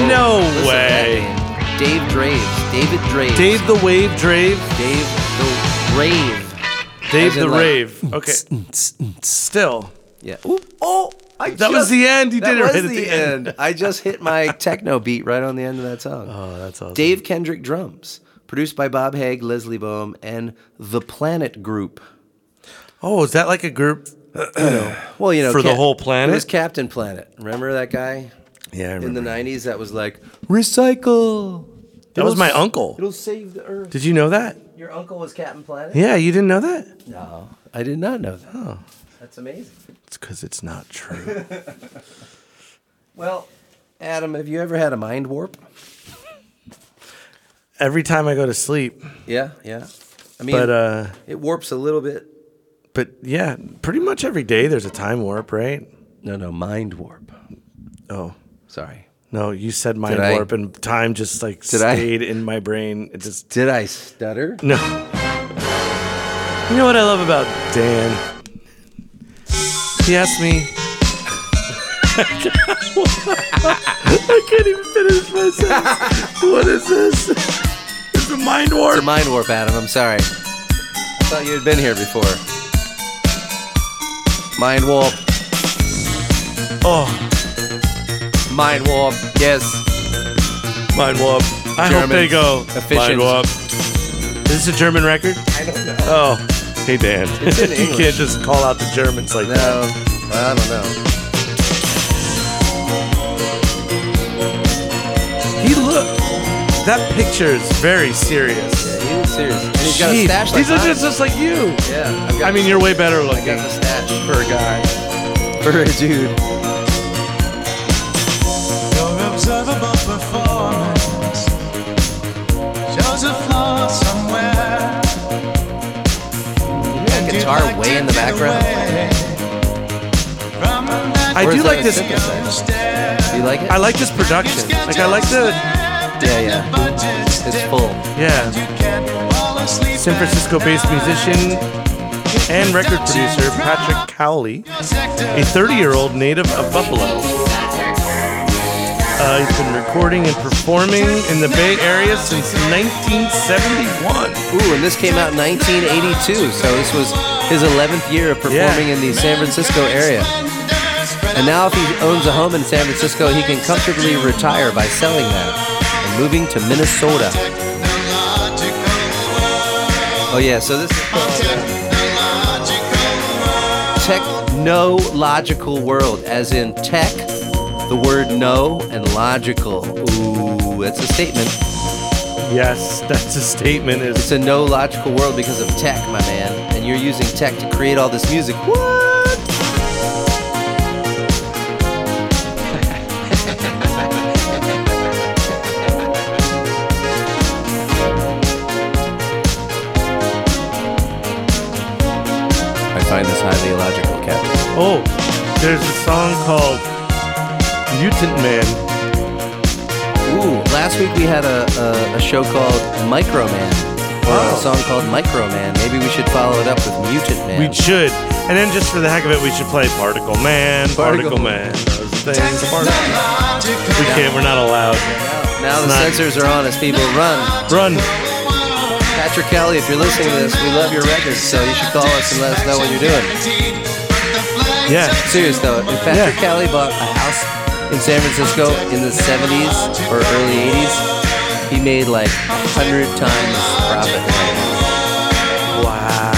Speaker 2: No
Speaker 1: Listen to that
Speaker 2: way.
Speaker 1: name. Dave Draves. David Draves.
Speaker 2: Dave the Wave Drave.
Speaker 1: Dave the Rave.
Speaker 2: Dave
Speaker 1: As in,
Speaker 2: the
Speaker 1: like,
Speaker 2: Rave. Okay. Still.
Speaker 1: Yeah. Ooh. Oh, I
Speaker 2: That was the end. You did it right at the end.
Speaker 1: I just hit
Speaker 2: *laughs*
Speaker 1: my techno beat right on the end of that song.
Speaker 2: Oh, that's awesome.
Speaker 1: Dave Kendrick drums, produced by Bob Haig, Leslie Boehm, and the Planet Group.
Speaker 2: Oh, is that like a group?
Speaker 1: Well, you know,
Speaker 2: For the whole
Speaker 1: It
Speaker 2: planet?
Speaker 1: was Captain Planet. Remember that guy
Speaker 2: Yeah, I
Speaker 1: in
Speaker 2: remember.
Speaker 1: the '90s that was like, "Recycle."
Speaker 2: that was my uncle.
Speaker 1: It'll save the earth.
Speaker 2: Did you know that?
Speaker 1: Your uncle was Captain Planet?
Speaker 2: Yeah, you didn't know that?
Speaker 1: No, I did not know that. Oh, that's amazing.
Speaker 2: It's because it's not true. *laughs*
Speaker 1: Well, Adam, have you ever had a mind warp?
Speaker 2: Every time I go to sleep,
Speaker 1: Yeah, yeah. I mean,
Speaker 2: but uh,
Speaker 1: it warps a little bit.
Speaker 2: but yeah, pretty much every day there's a time warp, right?
Speaker 1: No, no, mind warp.
Speaker 2: Oh
Speaker 1: Sorry.
Speaker 2: no, you said mind
Speaker 1: Did I-
Speaker 2: warp, and time just like
Speaker 1: Did I-
Speaker 2: stayed in my brain. It just
Speaker 1: Did I stutter?
Speaker 2: no. You know what I love about Dan? He asked me. I can't even finish
Speaker 1: *laughs*
Speaker 2: my sentence. What is this? It's a mind warp.
Speaker 1: It's a mind warp, Adam. I'm sorry. I thought you had been here before. Mind warp.
Speaker 2: oh.
Speaker 1: Mind warp. Yes.
Speaker 2: Mind Warp. I hope
Speaker 1: German
Speaker 2: they go.
Speaker 1: efficient.
Speaker 2: Mind Warp. Is this a German record?
Speaker 1: I don't know.
Speaker 2: Oh, hey Dan.
Speaker 1: It's in
Speaker 2: *laughs* you can't
Speaker 1: English.
Speaker 2: just call out the Germans like
Speaker 1: No.
Speaker 2: that.
Speaker 1: I don't know.
Speaker 2: He look. That picture is very serious.
Speaker 1: Yeah, he was serious. And he's got
Speaker 2: Jeez,
Speaker 1: a stash like
Speaker 2: These are
Speaker 1: mine.
Speaker 2: just, just like you.
Speaker 1: Yeah. I've got
Speaker 2: I mean, you're way better
Speaker 1: I got
Speaker 2: looking
Speaker 1: the stash
Speaker 2: for a guy.
Speaker 1: for a dude.
Speaker 6: Your observable performance shows a flaw somewhere.
Speaker 1: That guitar way in the background.
Speaker 2: I
Speaker 1: Where's
Speaker 2: do
Speaker 1: that
Speaker 2: like this.
Speaker 1: synthesizer? Do you like it?
Speaker 2: I like this production. Like I like the
Speaker 1: Yeah, yeah. It's full.
Speaker 2: yeah. San Francisco-based musician and record producer Patrick Cowley, a 30-year-old native of Buffalo. Uh, he's been recording and performing in the Bay Area since 1971.
Speaker 1: Ooh, and this came out in 1982, so this was his 11th year of performing
Speaker 2: Yeah.
Speaker 1: in the San Francisco area. And now, if he owns a home in San Francisco, he can comfortably retire by selling that and moving to Minnesota. Oh yeah, so this. technological world, as in tech, the word no, and logical. Ooh, that's a statement.
Speaker 2: Yes, that's a statement. Is
Speaker 1: It's a no logical world because of tech, my man. And you're using tech to create all this music. What? I find this highly illogical, Captain.
Speaker 2: oh, there's a song called Mutant Man.
Speaker 1: Ooh, last week we had a, a, a show called Microman. Or a
Speaker 2: Wow.
Speaker 1: song called Microman. Maybe we should follow it up with Mutant Man.
Speaker 2: We should, and then just for the heck of it, we should play Particle Man. Particle,
Speaker 1: Particle
Speaker 2: Man. Those things. Particle. We can't. We're not allowed.
Speaker 1: now the
Speaker 2: not-
Speaker 1: sensors are on us, people. Run.
Speaker 2: Run.
Speaker 1: Patrick Kelly, if you're listening to this, we love your records, so you should call us and let us know what you're doing.
Speaker 2: Yeah.
Speaker 1: Serious though, if Patrick
Speaker 2: Yeah.
Speaker 1: Kelly bought a house in San Francisco in the 70s or early 80s, he made like a hundred times profit. Wow!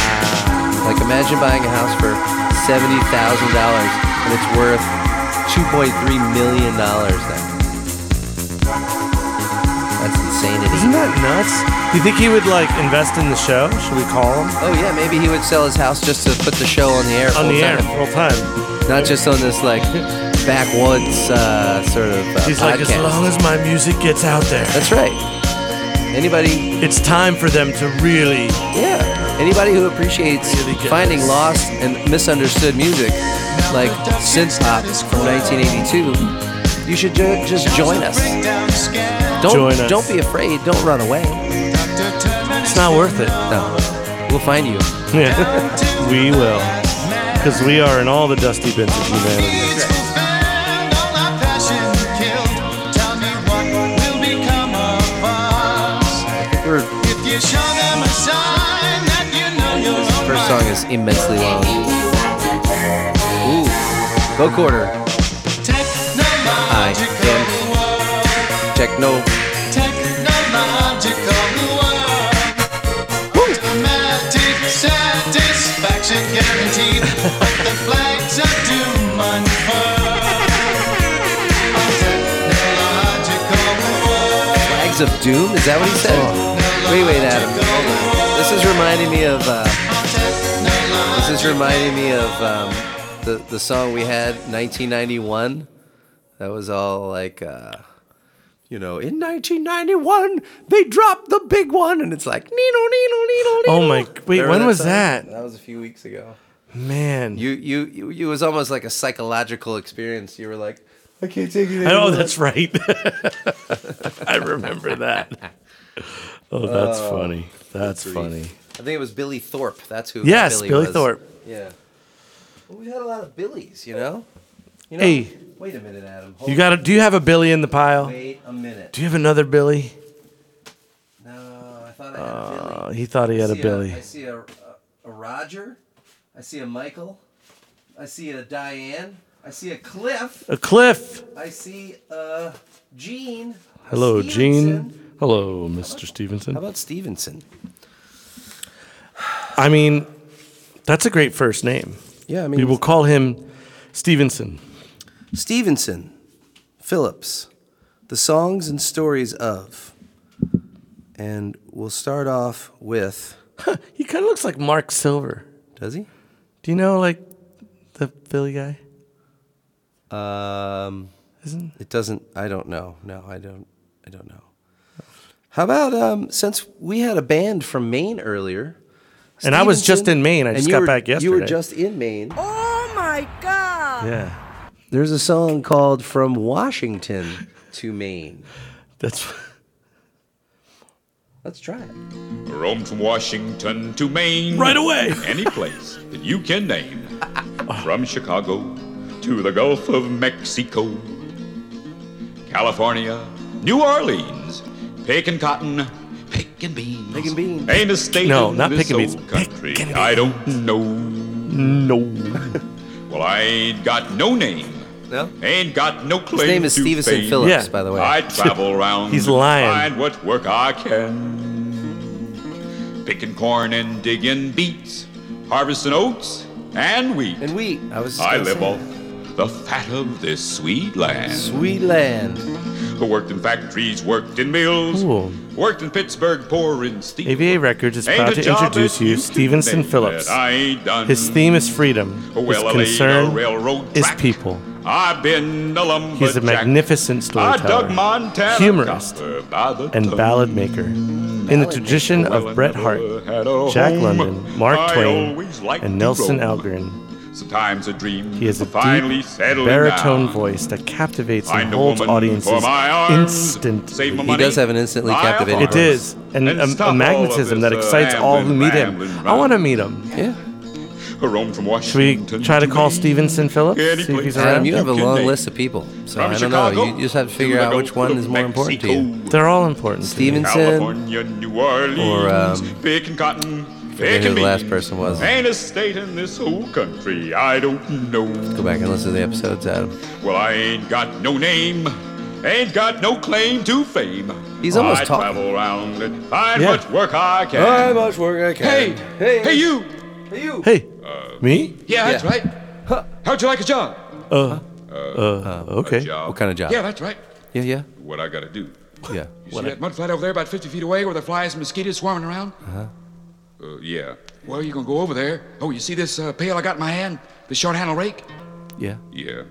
Speaker 1: Like imagine buying a house for seventy thousand dollars and it's worth 2.3 million dollars now. That's
Speaker 2: Isn't
Speaker 1: insanity.
Speaker 2: that nuts? Do you think he would like invest in the show? Should we call him
Speaker 1: Oh yeah, maybe he would sell his house just to put the show on the air.
Speaker 2: on
Speaker 1: full
Speaker 2: the air
Speaker 1: time.
Speaker 2: full time?
Speaker 1: Not just on this like backwoods uh, sort of uh,
Speaker 2: He's like, as
Speaker 1: podcast.
Speaker 2: long as my music gets out there,
Speaker 1: That's right. Anybody,
Speaker 2: it's time for them to really.
Speaker 1: yeah, anybody who appreciates
Speaker 2: Really good.
Speaker 1: finding lost and misunderstood music, like synth pop from 1982, you should ju- just join us. Don't
Speaker 2: Join us.
Speaker 1: don't be afraid. Don't run away.
Speaker 2: It's not worth it. *laughs*
Speaker 1: No, we'll find you.
Speaker 2: Yeah, we will, because we are in all the dusty bins of humanity.
Speaker 1: We're, first song is immensely long. Ooh, go quarter. I am techno.
Speaker 6: Satisfaction guaranteed, but the flags of doom unfurled. A technological war.
Speaker 1: Flags of Doom? Is that what he said? Wait, wait, Adam. Hold on. This is reminding me of. Uh, this is reminding me of um, the the song we had 1991. That was all like. Uh, you know, in 1991, they dropped the big one, and it's like, Nino, Nino, Nino, Nino.
Speaker 2: Oh my! Wait,
Speaker 1: Remember
Speaker 2: when was
Speaker 1: song?
Speaker 2: that?
Speaker 1: That was a few weeks ago.
Speaker 2: Man.
Speaker 1: You, you, you, you- it was almost like a psychological experience. You were like, I can't take it.
Speaker 2: Oh,
Speaker 1: anymore.
Speaker 2: that's right. *laughs* I remember that. Oh, that's funny. That's funny.
Speaker 1: I think it was Billy Thorpe. That's who.
Speaker 2: Yes, Billy
Speaker 1: was.
Speaker 2: Thorpe.
Speaker 1: Yeah. Well, we've had a lot of Billies, you know? You know
Speaker 2: Hey,
Speaker 1: Wait a minute, Adam. Hold
Speaker 2: you got a, Do you have a Billy in the pile?
Speaker 1: Wait a minute.
Speaker 2: Do you have another Billy?
Speaker 1: No, I thought I had a Billy.
Speaker 2: Oh, he thought he had
Speaker 1: I
Speaker 2: a
Speaker 1: see
Speaker 2: Billy.
Speaker 1: I see a, a, a Roger. I see a Michael. I see a Diane. I see a Cliff.
Speaker 2: A Cliff.
Speaker 1: I see a Gene.
Speaker 2: Hello,
Speaker 1: Stevenson.
Speaker 2: Gene. Hello, Mr.
Speaker 1: How
Speaker 2: Stevenson.
Speaker 1: about Stevenson?
Speaker 2: I mean, that's a great first name.
Speaker 1: Yeah, I
Speaker 2: We will call him Stevenson.
Speaker 1: Stevenson, Phillips, the songs and stories of. And we'll start off with.
Speaker 2: He kind of looks like Mark Silver.
Speaker 1: Does he?
Speaker 2: Do you know like the Billy guy?
Speaker 1: Um,
Speaker 2: Isn't
Speaker 1: it doesn't. I don't know. No, I don't. I don't know. How about um, since we had a band from Maine earlier?
Speaker 2: And I was just
Speaker 1: Stevenson-
Speaker 2: in Maine. I
Speaker 1: and
Speaker 2: just
Speaker 1: you
Speaker 2: got
Speaker 1: were-
Speaker 2: back
Speaker 1: You were
Speaker 2: yesterday.
Speaker 1: just in Maine. Ah.
Speaker 2: yeah.
Speaker 1: There's a song called "From Washington to Maine."
Speaker 2: That's *laughs*
Speaker 1: Let's try it.
Speaker 7: Roam from Washington to Maine.
Speaker 2: right away.
Speaker 7: *laughs* Any place that you can name. From Chicago to the Gulf of Mexico, California, New Orleans, picking cotton, picking beans.
Speaker 1: Pickin' beans.
Speaker 7: Ain't a state
Speaker 2: No,
Speaker 7: in
Speaker 2: not
Speaker 7: this
Speaker 2: pickin' beans.
Speaker 7: old country
Speaker 2: Pickin'
Speaker 7: I don't know.
Speaker 2: No.
Speaker 7: Well, I ain't got no name.
Speaker 1: No.
Speaker 7: Ain't got no claim
Speaker 1: His name is
Speaker 7: to
Speaker 1: Stevenson
Speaker 7: fame.
Speaker 1: Phillips,
Speaker 2: Yeah.
Speaker 1: by the way.
Speaker 7: I
Speaker 1: *laughs*
Speaker 7: travel round.
Speaker 2: He's
Speaker 7: and
Speaker 2: lying.
Speaker 7: Find what work I can. Picking corn and digging beets, harvesting oats, and wheat.
Speaker 1: And wheat. I was. just
Speaker 7: I
Speaker 1: gonna
Speaker 7: live
Speaker 1: say.
Speaker 7: off the fat of this sweet land.
Speaker 1: Sweet land.
Speaker 7: Who worked in factories, worked in mills,
Speaker 2: Cool.
Speaker 7: worked in Pittsburgh, pouring steel.
Speaker 2: AVA Records is
Speaker 7: Ain't
Speaker 2: proud
Speaker 7: a
Speaker 2: to
Speaker 7: job
Speaker 2: introduce
Speaker 7: that
Speaker 2: you
Speaker 7: can
Speaker 2: Stevenson
Speaker 7: make
Speaker 2: Phillips.
Speaker 7: that I ain't done.
Speaker 2: His theme is freedom. His
Speaker 7: Well, I laid a
Speaker 2: concern
Speaker 7: railroad
Speaker 2: is
Speaker 7: track.
Speaker 2: people.
Speaker 7: I've been a lumberjack.
Speaker 2: He's a magnificent
Speaker 7: I dug
Speaker 2: storyteller,
Speaker 7: Montana
Speaker 2: humorist,
Speaker 7: copper uh, by the
Speaker 2: and
Speaker 7: ton.
Speaker 2: ballad maker. In the tradition
Speaker 7: Well, I
Speaker 2: of Bret Hart,
Speaker 7: never had a
Speaker 2: Jack
Speaker 7: home.
Speaker 2: London, Mark
Speaker 7: I
Speaker 2: Twain,
Speaker 7: always liked
Speaker 2: and
Speaker 7: to
Speaker 2: Nelson
Speaker 7: roam.
Speaker 2: Algren,
Speaker 7: Sometimes a dream.
Speaker 2: he has a
Speaker 7: finally
Speaker 2: deep
Speaker 7: settling
Speaker 2: baritone
Speaker 7: down.
Speaker 2: voice that captivates and
Speaker 7: Find a
Speaker 2: holds
Speaker 7: woman for
Speaker 2: audiences
Speaker 7: my arms. Save my
Speaker 2: instantly.
Speaker 1: He
Speaker 7: money.
Speaker 1: does have an instantly
Speaker 7: Buy a
Speaker 1: captivating
Speaker 2: It
Speaker 7: farm.
Speaker 2: is, and
Speaker 7: And
Speaker 2: a,
Speaker 7: stop
Speaker 2: a magnetism
Speaker 7: all
Speaker 2: that
Speaker 7: of this, uh,
Speaker 2: excites all who
Speaker 7: rambling,
Speaker 2: meet him.
Speaker 7: rambling,
Speaker 2: I want to
Speaker 7: rambling.
Speaker 2: meet him.
Speaker 1: Yeah.
Speaker 7: Roam from
Speaker 2: Should we
Speaker 7: Washington
Speaker 2: try to
Speaker 7: to
Speaker 2: call
Speaker 7: Maine.
Speaker 2: Stevenson Phillips?
Speaker 7: Any
Speaker 2: See if
Speaker 7: place.
Speaker 2: he's
Speaker 7: Adam,
Speaker 1: Adam,
Speaker 2: around.
Speaker 1: you have a
Speaker 7: you can
Speaker 1: long
Speaker 7: name.
Speaker 1: list of people, so
Speaker 7: From
Speaker 1: I don't
Speaker 7: Chicago
Speaker 1: know. You just have to figure
Speaker 7: the
Speaker 1: out which
Speaker 7: Gulf
Speaker 1: one
Speaker 7: of
Speaker 1: is more important to you.
Speaker 7: Mexico.
Speaker 2: They're all important. to me.
Speaker 1: Steven-
Speaker 7: California, New Orleans,
Speaker 1: Or, um,
Speaker 7: picking cotton,
Speaker 1: forget
Speaker 7: picking
Speaker 1: who the last
Speaker 7: beans.
Speaker 1: person was.
Speaker 7: Ain't a state in this whole country I don't know.
Speaker 1: Go back and listen to the episodes, Adam.
Speaker 7: Well, I ain't got no name, ain't got no claim to fame.
Speaker 1: He's almost
Speaker 7: I
Speaker 1: talking.
Speaker 7: travel around and find
Speaker 2: Yeah.
Speaker 7: much work I can.
Speaker 1: much work I
Speaker 7: hey, hey, you!
Speaker 2: Hey,
Speaker 7: Uh,
Speaker 2: me?
Speaker 7: Yeah, that's
Speaker 1: Yeah.
Speaker 7: right. How'd you like a job?
Speaker 2: Uh, uh, okay.
Speaker 7: Job.
Speaker 1: What kind of job?
Speaker 7: Yeah, that's right.
Speaker 1: Yeah, yeah,
Speaker 7: What I gotta do?
Speaker 1: yeah.
Speaker 7: You see that mudflat over there, about 50 feet away, where the flies and mosquitoes swarming around? Uh-huh. Uh, yeah. Well, you're gonna go over there. Oh, you see this uh, pail I got in my hand? The short handle rake?
Speaker 1: Yeah.
Speaker 7: Yeah.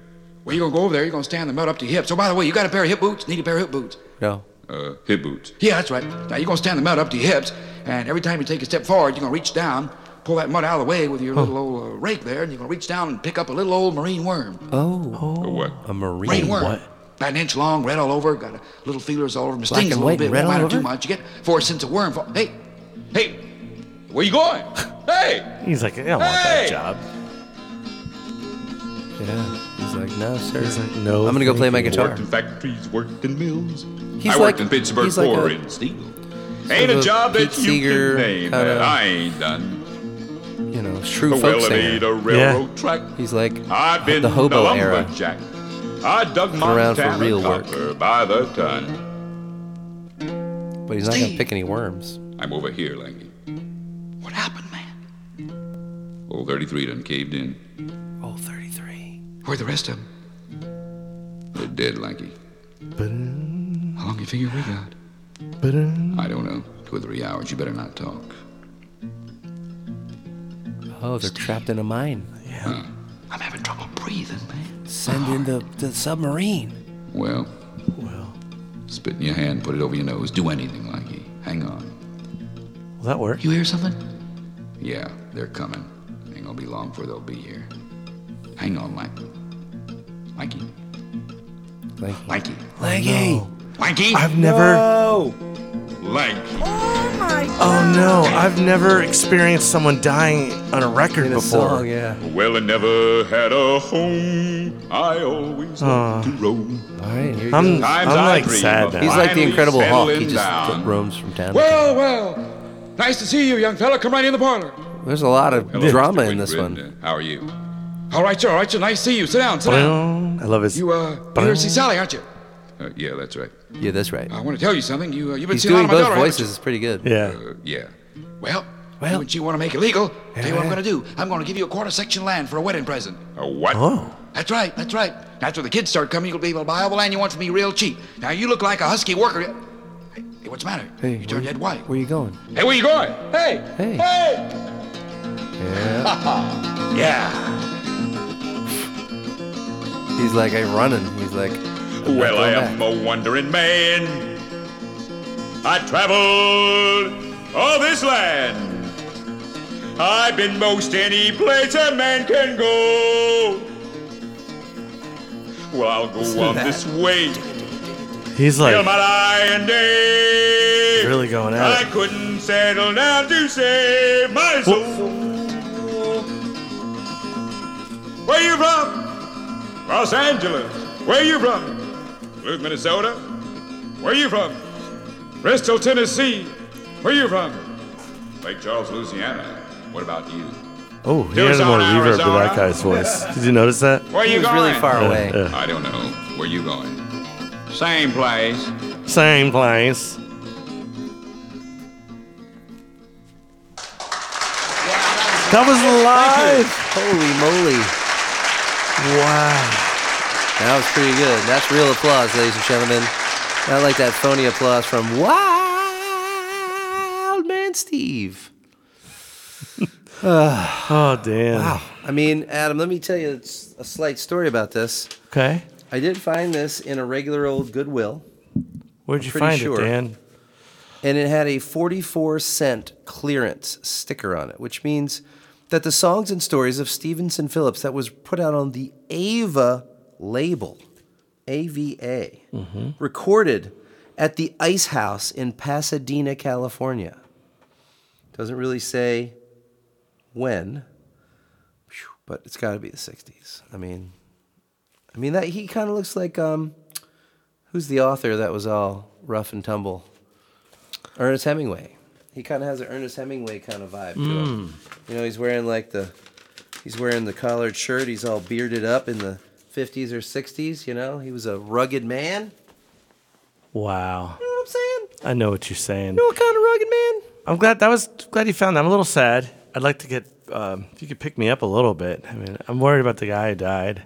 Speaker 7: Well, you're gonna go over there. You're gonna stand in the mud up to your hips. Oh, by the way, you got a pair of hip boots? Need a pair of hip boots?
Speaker 1: No.
Speaker 7: Uh, hip boots. Yeah, that's right. Now you're gonna stand in the mud up to your hips, and every time you take a step forward, you're gonna reach down, pull that mud out of the way with your little old uh, rake there, and you're gonna reach down and pick up a little old marine worm.
Speaker 1: Oh,
Speaker 7: A what?
Speaker 1: a
Speaker 7: Rain
Speaker 1: marine.
Speaker 7: worm.
Speaker 2: what?
Speaker 7: About an inch long, red all over, got a little feelers all over, them,
Speaker 1: Black
Speaker 7: stings
Speaker 1: and
Speaker 7: a
Speaker 1: white
Speaker 7: little
Speaker 1: and
Speaker 7: bit,
Speaker 1: red
Speaker 7: won't matter
Speaker 1: all
Speaker 7: too
Speaker 1: over?
Speaker 7: much. You get four cents of worm. For, hey, hey, where you
Speaker 1: *laughs*
Speaker 7: going? Hey,
Speaker 2: He's like, I don't want that
Speaker 7: Hey!
Speaker 2: job.
Speaker 1: Oh. Yeah. He's like, no, sir.
Speaker 2: He's like, no.
Speaker 1: I'm gonna go play my
Speaker 2: thank you."
Speaker 1: guitar.
Speaker 7: worked in factories, worked in mills.
Speaker 1: He's
Speaker 7: I worked
Speaker 1: like-
Speaker 7: in Pittsburgh
Speaker 1: he's like
Speaker 7: for
Speaker 1: a-
Speaker 7: in steel. Ain't
Speaker 1: of
Speaker 7: a
Speaker 1: a
Speaker 7: job that
Speaker 1: Pete
Speaker 7: you
Speaker 1: Seeger
Speaker 7: can name
Speaker 1: kinda-
Speaker 7: that I ain't done.
Speaker 1: you know, true
Speaker 7: The
Speaker 1: folk
Speaker 7: well made
Speaker 1: singer.
Speaker 7: a railroad track.
Speaker 1: He's like
Speaker 7: I've been
Speaker 1: the hobo
Speaker 7: a
Speaker 1: era.
Speaker 7: lumberjack. I dug my
Speaker 1: around for
Speaker 7: Montana
Speaker 1: real work.
Speaker 7: copper by the ton.
Speaker 1: But he's not gonna
Speaker 7: Steve.
Speaker 1: pick any worms.
Speaker 7: I'm over here, Langy.
Speaker 4: What happened, man?
Speaker 7: Old 33 done caved in.
Speaker 1: Oh, 33.
Speaker 4: Where the rest of them?
Speaker 7: They're dead, Lanky.
Speaker 4: How long you figure we got?
Speaker 7: I don't know. Two or three hours. You better not talk.
Speaker 1: Oh, they're trapped in a mine.
Speaker 4: I'm having trouble breathing, man.
Speaker 1: Send in the, the submarine.
Speaker 7: Well. Well. Spit in your hand, put it over your nose. Do anything, Lanky. Hang on.
Speaker 2: Will that work?
Speaker 4: You hear something?
Speaker 7: Yeah, they're coming. Ain't gonna be long before they'll be here. Hang on, Lanky. Lanky.
Speaker 1: Lanky.
Speaker 7: Lanky.
Speaker 1: Leggy.
Speaker 7: Lanky.
Speaker 2: I've never.
Speaker 7: Lanky.
Speaker 2: Oh no! I've never experienced someone dying on a record
Speaker 1: In a
Speaker 2: before.
Speaker 1: song, Oh, yeah.
Speaker 7: Well, I never had a home. I always loved to roam.
Speaker 1: All right, here you go.
Speaker 2: I'm, I'm
Speaker 7: Times I
Speaker 2: like
Speaker 7: dream
Speaker 2: sad
Speaker 7: of
Speaker 2: now.
Speaker 1: He's like the
Speaker 7: finally
Speaker 1: Incredible Hulk. He
Speaker 7: settling
Speaker 1: just
Speaker 7: down.
Speaker 1: roams from town. to town.
Speaker 7: Well, well. Nice to see you, young fella. Come right in the parlor.
Speaker 1: There's a lot of
Speaker 7: Hello,
Speaker 1: drama
Speaker 7: Mr.
Speaker 1: in this
Speaker 7: Whitgrid.
Speaker 1: one.
Speaker 7: Uh, How are you? All right, sir. All right, sir. Nice to see you. Sit down. Sit down.
Speaker 2: I love his.
Speaker 7: You, uh, you're to see Sally, aren't you? Uh, yeah, that's right.
Speaker 1: Yeah, that's right.
Speaker 7: I want to tell you something. You, uh, you've been
Speaker 1: He's
Speaker 7: seeing a lot
Speaker 1: doing
Speaker 7: of
Speaker 1: both
Speaker 7: my daughter, haven't
Speaker 1: voices. It's pretty good.
Speaker 2: yeah.
Speaker 7: you? Uh, yeah. Well,
Speaker 1: Well. Eh.
Speaker 7: you and she want to make it legal. tell you what I'm going to do. I'm going to give you a quarter section land for a wedding present. A Uh, what?
Speaker 2: Oh.
Speaker 7: That's right. That's right. After the kids start coming, you'll be able to buy all the land you want from me real cheap. Now, you look like a husky worker. Hey, hey, what's the matter?
Speaker 1: Hey,
Speaker 7: you turned
Speaker 1: where-
Speaker 7: dead white.
Speaker 1: Where you going?
Speaker 7: Hey, where you going? Hey!
Speaker 1: Hey.
Speaker 7: Hey!
Speaker 1: Yeah.
Speaker 7: Yeah.
Speaker 1: He's like, I'm running. He's like, I'm
Speaker 7: Well, I
Speaker 1: going
Speaker 7: am a wandering man. I traveled all this land. I've been most any place a man can go. Well, I'll go on this way
Speaker 2: He's
Speaker 7: till
Speaker 2: like
Speaker 7: my dying day.
Speaker 2: really going
Speaker 7: I
Speaker 2: at it.
Speaker 7: couldn't settle down to save my soul. Where you from? Los Angeles. Where you from? Duluth, Minnesota. Where you from? Bristol, Tennessee. Where you from? Lake Charles, Louisiana. What about you?
Speaker 2: Oh, he has more
Speaker 7: Arizona,
Speaker 2: reverb to that
Speaker 7: Arizona.
Speaker 2: guy's
Speaker 7: *laughs*
Speaker 2: voice. Did you notice that?
Speaker 7: Where
Speaker 1: He
Speaker 7: you
Speaker 1: was
Speaker 7: going?
Speaker 1: really far
Speaker 2: Uh,
Speaker 1: away.
Speaker 2: uh,
Speaker 7: I don't know. Where you going? Same place.
Speaker 2: same place.
Speaker 7: Yeah, that was
Speaker 2: That was live.
Speaker 1: Holy moly.
Speaker 2: Wow.
Speaker 1: That was pretty good. That's real applause, ladies and gentlemen. Not like that phony applause from Wild Man Steve.
Speaker 2: Oh damn.
Speaker 1: I mean, Adam, let me tell you s- a slight story about this.
Speaker 2: Okay.
Speaker 1: I did find this in a regular old Goodwill,
Speaker 2: Where'd you
Speaker 1: pretty
Speaker 2: find
Speaker 1: sure.
Speaker 2: it, Dan?
Speaker 1: and it had a 44 cent clearance sticker on it, which means that the songs and stories of Stevenson Phillips that was put out on the Ava label, AVA, recorded at the Ice House in Pasadena, California. Doesn't really say when, Phew, but it's got to be the 60s. I mean, I mean that he kind of looks like um, who's the author that was all rough and tumble? Ernest Hemingway. He kind of has an Ernest Hemingway kind of vibe to him.
Speaker 2: Mm.
Speaker 1: You know, he's wearing like the he's wearing the collared shirt. He's all bearded up in the 50s or 60s. You know, he was a rugged man.
Speaker 2: Wow.
Speaker 1: You know what I'm saying?
Speaker 2: I know what you're saying.
Speaker 1: You know what kind of rugged man?
Speaker 2: I'm glad that was glad you found that. I'm a little sad. I'd like to get um, if you could pick me up a little bit. I mean, I'm worried about the guy who died.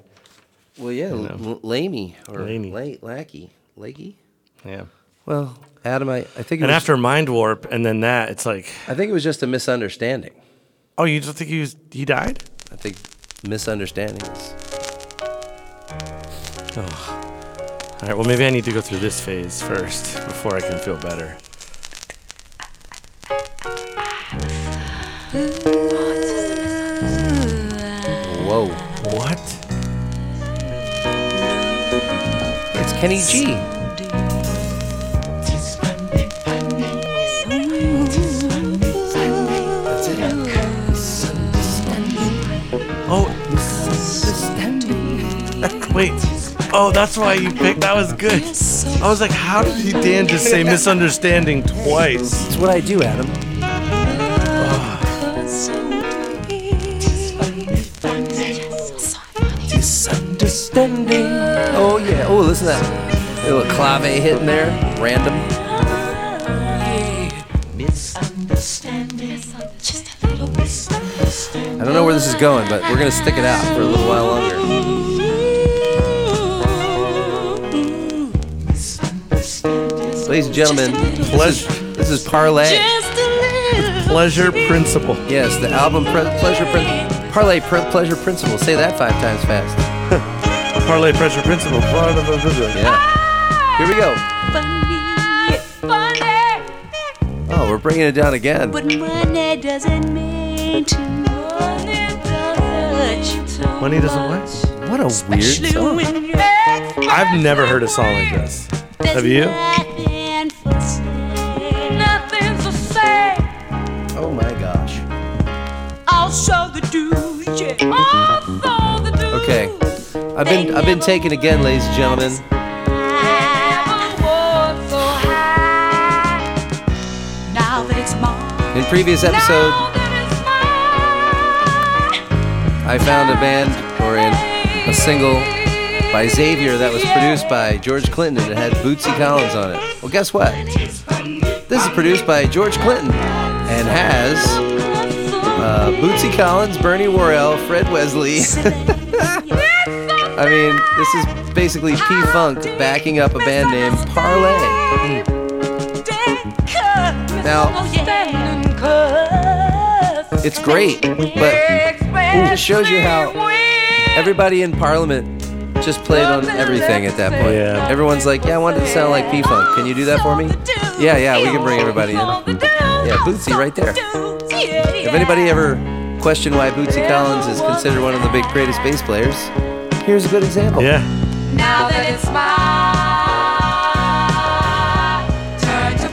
Speaker 1: Well, yeah,
Speaker 2: know.
Speaker 1: L- Lamey or
Speaker 2: Lamey.
Speaker 1: La- Lackey, Lakey.
Speaker 2: Yeah.
Speaker 1: Well, Adam, I, I think it
Speaker 2: And
Speaker 1: was,
Speaker 2: after Mind Warp and then that, it's like,
Speaker 1: I think it was just a misunderstanding.
Speaker 2: oh, you don't think he was, he died?
Speaker 1: I think misunderstandings.
Speaker 2: All right. Well, maybe I need to go through this phase first before I can feel better.
Speaker 1: Whoa,
Speaker 2: What?
Speaker 1: it's Kenny G.
Speaker 2: Oh. *laughs* Wait. Oh, that's why you picked. That was good. I was like, how did he Dan just say misunderstanding twice?
Speaker 1: It's what I do, Adam. Misunderstanding. Oh yeah. Oh, listen to that little clave hitting there. Random. I don't know where this is going, but we're gonna stick it out for a little while longer. Ladies and gentlemen, pleasure. This is Parlay.
Speaker 2: Pleasure principle.
Speaker 1: Yes, the album Pre- Pleasure Principle. Parlay Pre- Pleasure Principle. Say that five times fast.
Speaker 2: Parlay pressure principle. Part of a vision.
Speaker 1: Yeah. Here we go.
Speaker 3: Funny, funny,
Speaker 1: Oh, we're bringing it down again.
Speaker 3: but money doesn't mean too much.
Speaker 2: Money doesn't what?
Speaker 1: What a weird song.
Speaker 2: I've never heard a song like this. Have you?
Speaker 3: Nothing for sale. Nothing for sale.
Speaker 1: Oh my gosh.
Speaker 3: I'll show the dues, yeah. I'll show the dues.
Speaker 1: Okay. I've been I've been taken again, ladies and gentlemen.
Speaker 3: Never was so high. Now that it's mine.
Speaker 1: In previous episode,
Speaker 3: now that it's mine.
Speaker 1: I found a band or in a single by Xavier that was produced by George Clinton and it had Bootsy Collins on it. Well, guess what? This is produced by George Clinton and has uh, Bootsy Collins, Bernie Worrell, Fred Wesley. *laughs* I mean, this is basically P Funk backing up a band named Parlay. Now, it's great, but it shows you how everybody in Parliament just played on everything at that point.
Speaker 2: Yeah.
Speaker 1: Everyone's like, yeah, I want it to sound like P Funk. Can you do that for me? Yeah, yeah, we can bring everybody in.
Speaker 3: Yeah,
Speaker 1: Bootsy right there.
Speaker 3: If
Speaker 1: If anybody ever questioned why Bootsy Collins is considered one of the big greatest bass players, here's a good example.
Speaker 2: Yeah.
Speaker 3: Now that it's mine, turn to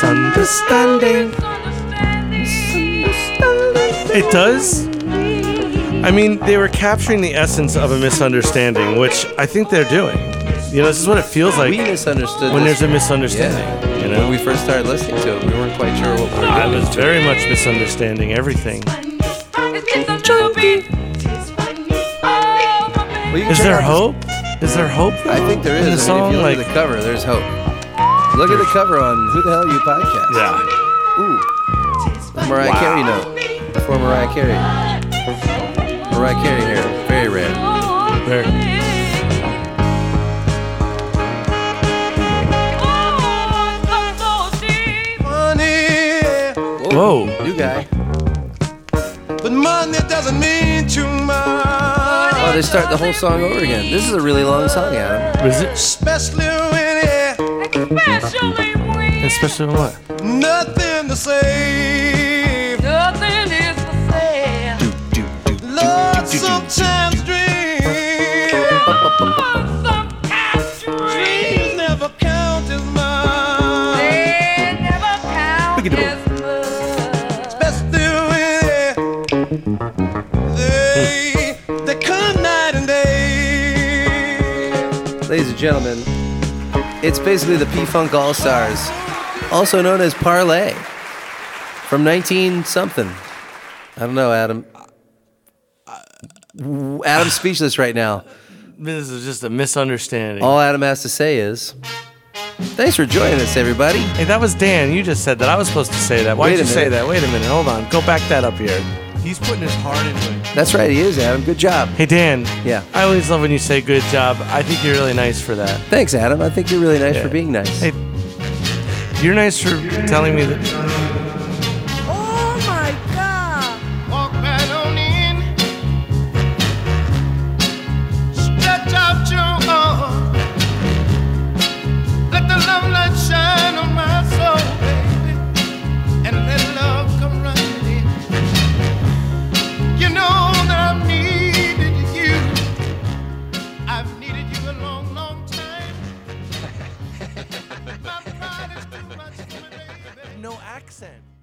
Speaker 2: Misunderstanding. It does. I mean, they were capturing the essence of a misunderstanding, which I think they're doing. You know, this is what it feels like
Speaker 1: We misunderstood
Speaker 2: when
Speaker 1: this.
Speaker 2: there's a misunderstanding. You know,
Speaker 1: When we first started listening to it, we weren't quite sure what we were doing.
Speaker 2: I was very much misunderstanding everything.
Speaker 3: It's a trophy.
Speaker 1: Well, you can
Speaker 2: Is
Speaker 1: check
Speaker 2: there
Speaker 1: out this-
Speaker 2: hope? Is there hope? Though,
Speaker 1: I think there is.
Speaker 2: In
Speaker 1: I
Speaker 2: the
Speaker 1: mean,
Speaker 2: song,
Speaker 1: if you look
Speaker 2: like
Speaker 1: at the cover, there's hope. Look at the cover on Who the Hell You podcast.
Speaker 2: yeah,
Speaker 1: Ooh. Mariah Carey note. Before Mariah Carey. Mariah Carey here. Very rare.
Speaker 2: Very-
Speaker 1: Money.
Speaker 2: Whoa.
Speaker 1: New guy.
Speaker 6: But money doesn't mean too much,
Speaker 1: Oh, they start the whole song over again. This is a really long song, Adam.
Speaker 2: is it?
Speaker 6: especially when it
Speaker 3: Especially when
Speaker 2: Especially in what?
Speaker 6: nothing to say.
Speaker 3: nothing is for sale.
Speaker 6: Lord, sometimes dreams
Speaker 3: Sometimes dreams
Speaker 6: never count as much.
Speaker 3: they never count as much.
Speaker 6: Best doing it. They, they come night and day.
Speaker 1: Ladies and gentlemen, it's basically the P Funk All Stars, also known as Parlay, from 19 something. I don't know, Adam. W- Adam's speechless right now.
Speaker 2: This is just a misunderstanding.
Speaker 1: All Adam has to say is, "Thanks for joining us, everybody."
Speaker 2: Hey, that was Dan. You just said that. I was supposed to say that. Why
Speaker 1: Wait
Speaker 2: did
Speaker 1: a
Speaker 2: you say
Speaker 1: minute.
Speaker 2: that? Wait a minute. Hold on. Go back that up here. He's putting his heart into it.
Speaker 1: That's right, he is Adam. Good job.
Speaker 2: Hey, Dan.
Speaker 1: Yeah.
Speaker 2: I always love when you say good job. I think you're really nice for that.
Speaker 1: Thanks, Adam. I think you're really nice
Speaker 2: Yeah.
Speaker 1: for being nice.
Speaker 2: Hey, you're nice for telling me that.
Speaker 6: Walk right on in. Stretch out your arm. Let the love light shine on my soul, baby. And let love come running in. You know that I've needed you. I've needed you a long, long time. my pride is too much for me, baby.
Speaker 2: No accent.